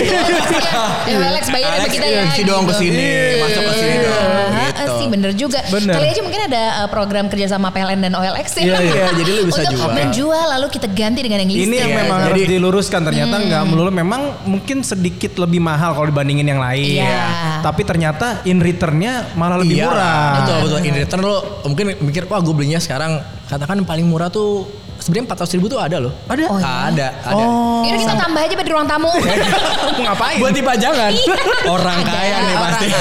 Speaker 2: Ya Alex bayar
Speaker 1: Alex,
Speaker 2: sama kita
Speaker 1: iya,
Speaker 2: ya.
Speaker 1: isi dong ke
Speaker 2: gitu.
Speaker 1: sini, masuk ke sini dong.
Speaker 2: Aha,
Speaker 1: Gitu.
Speaker 2: sih bener juga.
Speaker 3: Bener.
Speaker 2: Kali aja mungkin ada eh, program kerja sama PLN dan OLX ya.
Speaker 1: Iya, iya, jadi lu bisa
Speaker 2: Untuk
Speaker 1: jual.
Speaker 2: menjual lalu kita ganti dengan yang
Speaker 3: Ini
Speaker 2: listrik.
Speaker 3: yang
Speaker 1: Iya,
Speaker 3: memang harus
Speaker 1: jadi- Hmm.
Speaker 3: diluruskan ternyata nggak melulu memang mungkin sedikit lebih mahal kalau dibandingin yang lain.
Speaker 2: Iya.
Speaker 3: Tapi ternyata in returnnya malah lebih
Speaker 1: Iya,
Speaker 3: murah.
Speaker 1: Betul betul. In return lo mungkin mikir wah gue belinya sekarang katakan paling murah tuh sebenarnya 400 ribu tuh ada loh.
Speaker 3: Ada?
Speaker 2: Oh, iya.
Speaker 1: Ada, ada.
Speaker 3: Oh.
Speaker 2: Ini kita tambah aja di ruang tamu.
Speaker 3: Ngapain?
Speaker 1: Buat dipajangan. Iya. Orang
Speaker 2: Ada
Speaker 1: kaya nih
Speaker 2: orang
Speaker 1: pasti.
Speaker 2: kaya.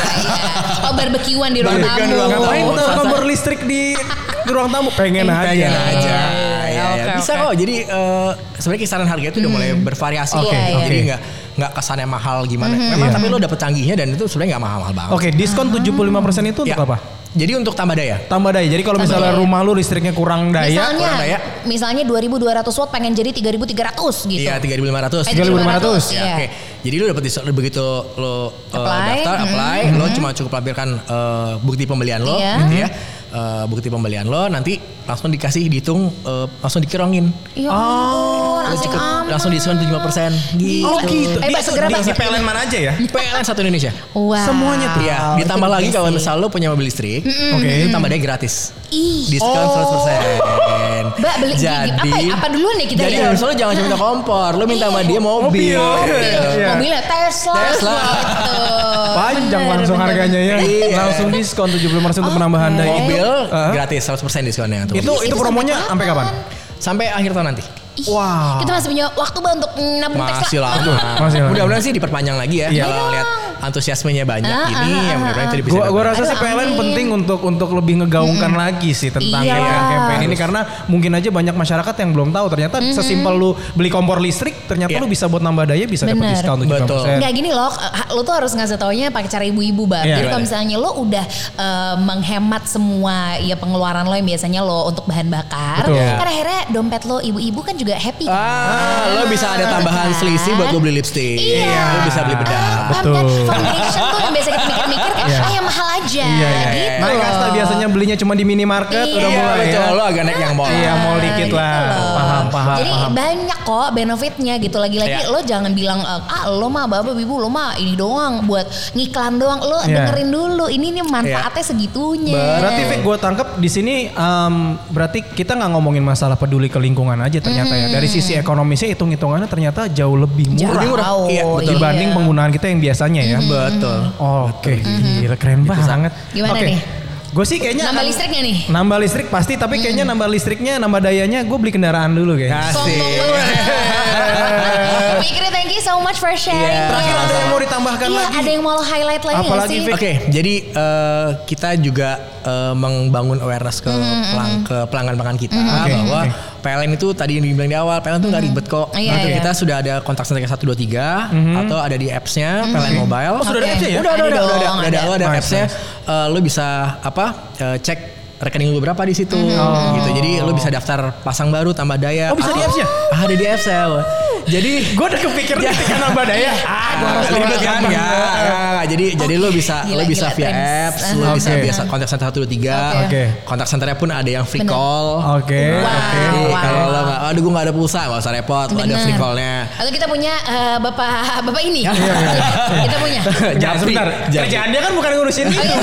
Speaker 2: Oh barbekyuan di ruang tamu.
Speaker 1: Barbekyuan di ruang tamu.
Speaker 3: Iya. Ngapain
Speaker 1: Oh,
Speaker 3: tuh
Speaker 1: sasa-
Speaker 3: kompor listrik di, di ruang tamu? Pengen aja.
Speaker 1: Pengen aja. Ya, ya.
Speaker 2: Oke,
Speaker 1: Iya, Bisa
Speaker 2: oke. Hmm.
Speaker 1: kok. Jadi eh, sebenarnya kisaran harga itu udah mulai bervariasi.
Speaker 3: Oke,
Speaker 1: Jadi
Speaker 3: oke.
Speaker 1: nggak nggak kesannya mahal gimana.
Speaker 2: Hmm.
Speaker 1: Memang
Speaker 3: Iya.
Speaker 1: tapi lo dapet canggihnya dan itu sebenarnya nggak mahal-mahal banget.
Speaker 3: Oke, diskon 75% itu untuk
Speaker 1: Ya.
Speaker 3: apa?
Speaker 1: Jadi untuk tambah daya.
Speaker 3: Tambah daya. Jadi kalau
Speaker 2: Tambah
Speaker 3: misalnya
Speaker 2: daya.
Speaker 3: rumah lu listriknya kurang daya,
Speaker 2: Misalnya,
Speaker 1: kurang daya.
Speaker 2: misalnya 2.200 watt pengen jadi 3.300 gitu.
Speaker 1: Iya 3500.
Speaker 2: Eh,
Speaker 3: 3.500.
Speaker 1: Ya,
Speaker 2: Iya.
Speaker 1: Oke. Jadi lu dapat diskon begitu lo uh,
Speaker 2: Apply. mm-hmm.
Speaker 1: daftar, apply, lo cuma cukup lampirkan uh, bukti pembelian lo
Speaker 2: Iya.
Speaker 1: gitu ya. Uh, bukti pembelian lo nanti langsung dikasih dihitung uh, langsung dikerongin.
Speaker 2: Ya ampun,
Speaker 1: Lo
Speaker 2: langsung ah.
Speaker 1: cukup-
Speaker 2: aman.
Speaker 1: langsung diskon 70%. Gitu.
Speaker 3: Oh gitu.
Speaker 2: Eh, Pak, segera, Pak. Oh,
Speaker 3: di PLN mana aja ya?
Speaker 1: PLN satu Indonesia.
Speaker 2: Wow.
Speaker 3: Semuanya tuh.
Speaker 1: Iya,
Speaker 2: Itu
Speaker 1: ditambah lagi
Speaker 2: gede
Speaker 1: kalau
Speaker 2: sih.
Speaker 1: misal lo punya mobil listrik,
Speaker 3: Oke.
Speaker 1: itu tambah dia gratis.
Speaker 2: Ih,
Speaker 1: Diskon 100%.
Speaker 2: Oh. Mbak beli
Speaker 1: jadi,
Speaker 2: apa, apa duluan ya kita
Speaker 1: Jadi
Speaker 2: ya? Oh,
Speaker 1: harus lo jangan cuma minta kompor, lo minta sama dia mobil.
Speaker 3: Mobil. Iya.
Speaker 2: Mobilnya Tesla,
Speaker 1: Tesla.
Speaker 2: gitu.
Speaker 3: Panjang
Speaker 2: Bener,
Speaker 3: langsung
Speaker 2: bener.
Speaker 3: harganya ya.
Speaker 1: Iya.
Speaker 3: Langsung diskon 75% untuk penambahan daya.
Speaker 1: Mobil
Speaker 3: Heeh.
Speaker 1: gratis 100% diskonnya tuh.
Speaker 3: Itu itu
Speaker 2: Itu
Speaker 3: promonya sampai kapan?
Speaker 1: sampai akhir tahun nanti.
Speaker 2: Ih,
Speaker 3: Wow.
Speaker 2: Kita masih punya waktu Bang untuk nabung
Speaker 1: Masih
Speaker 2: Tesla.
Speaker 1: lama.
Speaker 3: Masih lama.
Speaker 1: Mudah-mudahan sih diperpanjang lagi ya.
Speaker 3: Iya.
Speaker 1: Kalau lihat antusiasmenya banyak
Speaker 2: Ah,
Speaker 1: ini,
Speaker 2: ah,
Speaker 1: ya mudah-mudahan itu bisa.
Speaker 3: Gua, gua
Speaker 1: diperpanjang.
Speaker 3: rasa sih
Speaker 2: Aduh,
Speaker 3: PLN
Speaker 2: amin. Hmm.
Speaker 3: penting untuk untuk lebih ngegaungkan lagi sih tentang
Speaker 2: Iya.
Speaker 3: campaign ini karena mungkin aja banyak masyarakat yang belum tahu ternyata
Speaker 2: Hmm.
Speaker 3: sesimpel lu beli kompor listrik ternyata
Speaker 1: Iya.
Speaker 3: lu bisa buat nambah daya bisa dapat
Speaker 2: Bener.
Speaker 3: diskon 70%.
Speaker 1: Betul.
Speaker 2: Nggak gini loh, eh, lo tuh harus ngasih taunya pakai cara ibu-ibu bang.
Speaker 3: Iya,
Speaker 2: Jadi kalau
Speaker 1: gimana?
Speaker 2: misalnya lo udah eh, menghemat semua ya pengeluaran lo yang biasanya lo untuk bahan bakar,
Speaker 3: Betul.
Speaker 2: kan akhirnya dompet lo ibu-ibu kan juga happy. kan?
Speaker 1: Ah, lo bisa ada tambahan
Speaker 2: Kan?
Speaker 1: selisih buat gue beli lipstick.
Speaker 2: Iya.
Speaker 1: Lo bisa beli bedak.
Speaker 2: Paham kan?
Speaker 3: Betul.
Speaker 2: Foundation tuh yang biasa kita mikir-mikir kan,
Speaker 3: Iya.
Speaker 2: ah yang mahal aja.
Speaker 3: Iya, iya.
Speaker 2: Gitu.
Speaker 3: Mereka setelah biasanya belinya cuma di minimarket
Speaker 2: Iya.
Speaker 3: udah
Speaker 1: Iya,
Speaker 3: mulai
Speaker 1: betul.
Speaker 3: ya.
Speaker 1: Lo agak naik yang mall.
Speaker 3: Iya, mau dikit
Speaker 2: gitu
Speaker 3: lah.
Speaker 2: loh.
Speaker 3: Paham, paham,
Speaker 2: Jadi
Speaker 3: paham.
Speaker 2: banyak kok benefitnya gitu. Lagi-lagi
Speaker 1: Iya.
Speaker 2: lo jangan bilang ah lo mah baba bibu lo mah ini doang buat ngiklan doang. Lo
Speaker 3: Iya.
Speaker 2: dengerin dulu ini nih manfaatnya
Speaker 1: Iya.
Speaker 2: segitunya.
Speaker 3: Berarti Vic gue tangkap di sini em, berarti kita nggak ngomongin masalah peduli ke lingkungan aja ternyata ya. Dari sisi ekonomisnya hitung-hitungannya ternyata jauh lebih
Speaker 2: Jauh.
Speaker 3: murah
Speaker 1: Lebih murah. Iya,
Speaker 2: Oh,
Speaker 1: betul.
Speaker 3: dibanding penggunaan kita yang biasanya ya.
Speaker 1: Betul.
Speaker 3: Oh, Oke, gila keren
Speaker 1: Gitu,
Speaker 3: banget.
Speaker 2: Gimana nih?
Speaker 3: Gue sih kayaknya
Speaker 2: Nambah
Speaker 3: akan-
Speaker 2: listriknya nih. Mm.
Speaker 3: Nambah listrik pasti, tapi kayaknya nambah listriknya, nambah dayanya, gue beli kendaraan dulu kayaknya.
Speaker 1: Asik.
Speaker 2: Sombong banget. Mikri, thank you so much for sharing. ya.
Speaker 1: Iya.
Speaker 3: Terakhir ada yang mau ditambahkan
Speaker 2: Iya,
Speaker 3: lagi?
Speaker 2: ada yang mau lo highlight lagi nggak
Speaker 3: Apalagi,
Speaker 2: sih?
Speaker 3: Vic?
Speaker 1: Oke, jadi eh, kita juga eh, membangun awareness ke
Speaker 2: Mm-hmm,
Speaker 1: pelang- ke pelanggan-pelanggan kita
Speaker 3: Oke,
Speaker 1: bahwa
Speaker 3: oke.
Speaker 1: PLN itu tadi yang dibilang di awal, PLN itu nggak ribet kok.
Speaker 2: Iya,
Speaker 1: Betul,
Speaker 2: iya.
Speaker 1: Kita sudah ada kontak center 123 atau ada di apps-nya PLN Mobile.
Speaker 3: Mm-hmm. Oh, sudah ada
Speaker 2: Mm-hmm. Oke.
Speaker 3: apps-nya ya?
Speaker 1: Udah,
Speaker 2: Ada
Speaker 1: udah, udah,
Speaker 2: dong,
Speaker 1: udah, udah,
Speaker 2: ada.
Speaker 1: ada, ada
Speaker 3: Nice,
Speaker 1: apps-nya. Eh, lo bisa apa? eh, cek rekening lu berapa di situ
Speaker 2: Mm-hmm.
Speaker 1: gitu. Jadi lo bisa daftar pasang baru, tambah daya.
Speaker 3: Oh, bisa di
Speaker 1: Atau-
Speaker 3: apps-nya?
Speaker 1: Ah, Ada di apps ya. Jadi ya.
Speaker 3: Gue udah kepikiran ketika nambah daya. Ah, gue harus
Speaker 1: Ribet
Speaker 3: nambah
Speaker 1: kan?
Speaker 3: nambah.
Speaker 1: Nggak, nggak, nggak. jadi jadi lo bisa
Speaker 2: gila,
Speaker 1: lo bisa
Speaker 2: gila,
Speaker 1: via
Speaker 2: thanks.
Speaker 1: apps, lo
Speaker 3: Oke.
Speaker 1: bisa biasa kontak center 123.
Speaker 3: Oke.
Speaker 1: Kontak centernya pun ada yang free
Speaker 2: Bener.
Speaker 1: call. Nah,
Speaker 3: Oke,
Speaker 2: Wow.
Speaker 3: oke.
Speaker 1: Jadi kalau lo nggak, aduh gue nggak ada pulsa, nggak usah repot, lo ada
Speaker 2: Bener.
Speaker 1: free call-nya.
Speaker 2: Atau kita punya eh, bapak bapak ini.
Speaker 3: Iya,
Speaker 2: kita punya.
Speaker 3: Jangan
Speaker 1: Nah, Japri,
Speaker 3: sebentar.
Speaker 1: Japri.
Speaker 3: Kerjaan dia kan bukan ngurusin
Speaker 2: Oh,
Speaker 3: itu.
Speaker 2: iya,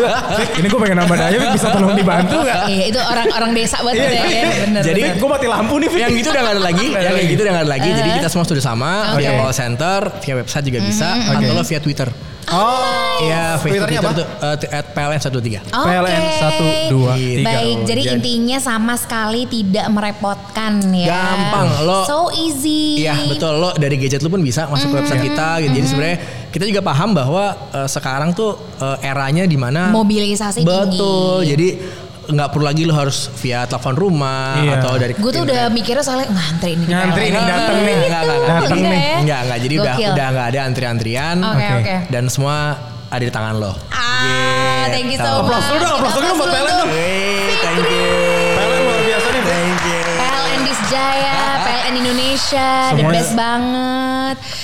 Speaker 2: iya.
Speaker 3: Vic, Ini gue pengen nambah daya, Vic, bisa tolong dibantu gak?
Speaker 2: Iya itu orang-orang desa banget
Speaker 3: Iya,
Speaker 2: ya.
Speaker 3: iya.
Speaker 2: Bener,
Speaker 3: Jadi
Speaker 2: bener.
Speaker 3: gue mati lampu nih, Vic.
Speaker 1: yang gitu udah gak ada lagi, yang kayak gitu udah gak ada lagi. Jadi kita semua sudah sama,
Speaker 2: Oke.
Speaker 1: via call center, via website juga bisa, atau lo via Twitter.
Speaker 3: Oh.
Speaker 1: Iya, via
Speaker 3: Twitternya
Speaker 1: Twitter
Speaker 3: apa?
Speaker 1: tuh eh, at PLN 123.
Speaker 2: Oke.
Speaker 3: PLN 1,
Speaker 2: Baik,
Speaker 3: 2, 3.
Speaker 2: jadi
Speaker 3: Iya.
Speaker 1: Jadi-
Speaker 2: intinya sama sekali tidak merepotkan ya.
Speaker 1: Gampang, lo-
Speaker 2: So easy.
Speaker 1: Iya betul lo dari gadget lo pun bisa masuk ke website kita gitu. Jadi sebenarnya kita juga paham bahwa eh, sekarang tuh eh, eranya di mana
Speaker 2: Mobilisasi
Speaker 1: Betul.
Speaker 2: tinggi.
Speaker 1: Jadi nggak perlu lagi lo harus via telepon rumah
Speaker 3: Iya.
Speaker 1: atau dari
Speaker 2: Gue tuh udah mikirnya soalnya ngantri nih.
Speaker 3: Ngantri nih, dateng nih.
Speaker 1: Enggak, enggak, enggak.
Speaker 3: gitu. Dateng nih.
Speaker 1: Enggak, enggak. Jadi udah
Speaker 2: Gitu, Gokil.
Speaker 1: udah enggak ada antrian-antrian
Speaker 2: Oke,
Speaker 3: Oke.
Speaker 2: oke.
Speaker 1: dan semua ada di tangan lo.
Speaker 2: Ah, thank you so
Speaker 1: Gitu.
Speaker 2: much.
Speaker 3: Applause dulu dong, applause dulu dong buat
Speaker 2: Applause
Speaker 3: PLN dong.
Speaker 1: Wey, thank you.
Speaker 3: PLN luar biasa nih, Vic.
Speaker 1: Thank you.
Speaker 2: PLN Disjaya, PLN Indonesia, the
Speaker 3: Semuanya-
Speaker 2: best banget.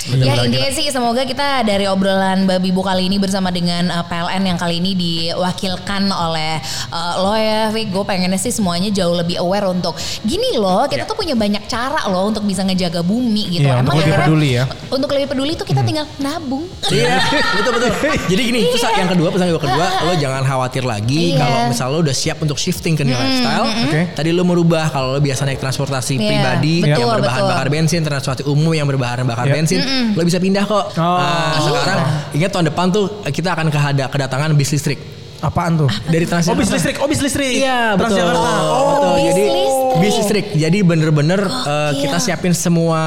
Speaker 2: ya
Speaker 3: gila.
Speaker 2: intinya sih semoga kita dari obrolan Babi Bu kali ini bersama dengan uh, PLN yang kali ini diwakilkan oleh uh, lo ya, Vic. Gue pengennya sih semuanya jauh lebih aware untuk gini loh, kita tuh punya banyak cara loh untuk bisa ngejaga bumi gitu.
Speaker 3: Iya, untuk lebih
Speaker 2: akhirnya-
Speaker 3: peduli ya.
Speaker 2: Untuk lebih peduli tuh kita tinggal nabung.
Speaker 1: Iya, betul betul. Jadi gini, terus yang kedua pesan gue kedua, lo jangan khawatir lagi
Speaker 2: Iya. Hmm,
Speaker 1: kalau misal lo udah siap untuk shifting ke new lifestyle.
Speaker 3: Oke.
Speaker 1: Tadi lo merubah kalau lo biasa naik transportasi
Speaker 2: Iya,
Speaker 1: pribadi yang
Speaker 2: betul, Hmm,
Speaker 1: berbahan
Speaker 2: betul.
Speaker 1: bakar bensin, transportasi umum yang berbahan bakar
Speaker 3: Iya.
Speaker 1: bensin, lo bisa pindah kok.
Speaker 3: Oh.
Speaker 1: Nah,
Speaker 3: Iya.
Speaker 1: sekarang ingat tahun depan tuh kita akan kehada kedatangan bis listrik
Speaker 3: Apaan tuh?
Speaker 1: dari
Speaker 3: Oh
Speaker 1: Transjakarta.
Speaker 3: bis listrik, oh bis listrik.
Speaker 1: Iya betul.
Speaker 3: Transjakarta. Oh,
Speaker 1: betul.
Speaker 2: bis
Speaker 1: Jadi
Speaker 2: listrik.
Speaker 1: bis listrik. Jadi bener-bener eh,
Speaker 2: iya.
Speaker 1: kita siapin semua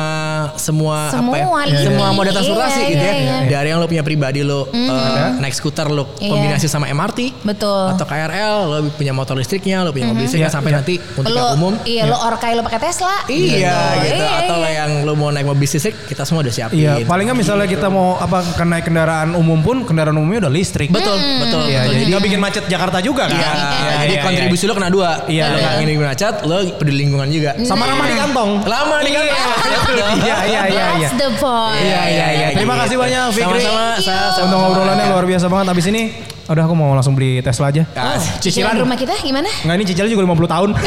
Speaker 1: semua,
Speaker 2: Semua
Speaker 1: apa ya?
Speaker 2: lini.
Speaker 1: Semua moda transportasi
Speaker 2: Iya,
Speaker 1: gitu ya.
Speaker 2: iya, iya.
Speaker 1: Dari yang lo punya pribadi lo eh, naik skuter lo
Speaker 2: Iya.
Speaker 1: kombinasi sama MRT
Speaker 2: Betul.
Speaker 1: atau KRL lo punya motor listriknya lo punya mobil listrik
Speaker 3: Iya,
Speaker 1: sampai
Speaker 3: iya.
Speaker 1: nanti untuk
Speaker 2: lo,
Speaker 1: yang umum.
Speaker 2: iya lo orkai lo pakai Tesla.
Speaker 1: Iya gitu.
Speaker 2: Iya,
Speaker 1: Atau
Speaker 2: iya.
Speaker 1: lo yang lo mau naik mobil listrik kita semua udah siapin.
Speaker 3: Iya, paling nggak misalnya kita mau apa kena kendaraan umum pun kendaraan umumnya udah listrik.
Speaker 1: Betul betul.
Speaker 3: Iya,
Speaker 1: betul.
Speaker 3: jadi nggak bikin macet Jakarta juga kan?
Speaker 1: Iya,
Speaker 3: Iya,
Speaker 1: iya, jadi
Speaker 3: iya,
Speaker 1: kontribusi lo kena dua.
Speaker 3: Iya,
Speaker 1: lo
Speaker 3: iya.
Speaker 1: nggak ingin macet, lo peduli lingkungan juga.
Speaker 3: iya. sama ramah di kantong.
Speaker 1: Lama nih kan.
Speaker 3: Iya, iya, iya, iya.
Speaker 2: That's the point.
Speaker 1: Iya iya iya.
Speaker 3: Terima kasih banyak, Fikri.
Speaker 1: Sama-sama.
Speaker 2: Thank you.
Speaker 3: Untuk
Speaker 1: Sa- sama-sama.
Speaker 3: ngobrolannya luar biasa banget abis ini. Udah aku mau langsung beli Tesla aja.
Speaker 1: Ah,
Speaker 2: Cicilan rumah kita gimana?
Speaker 3: Nggak ini cicilnya juga 50 tahun.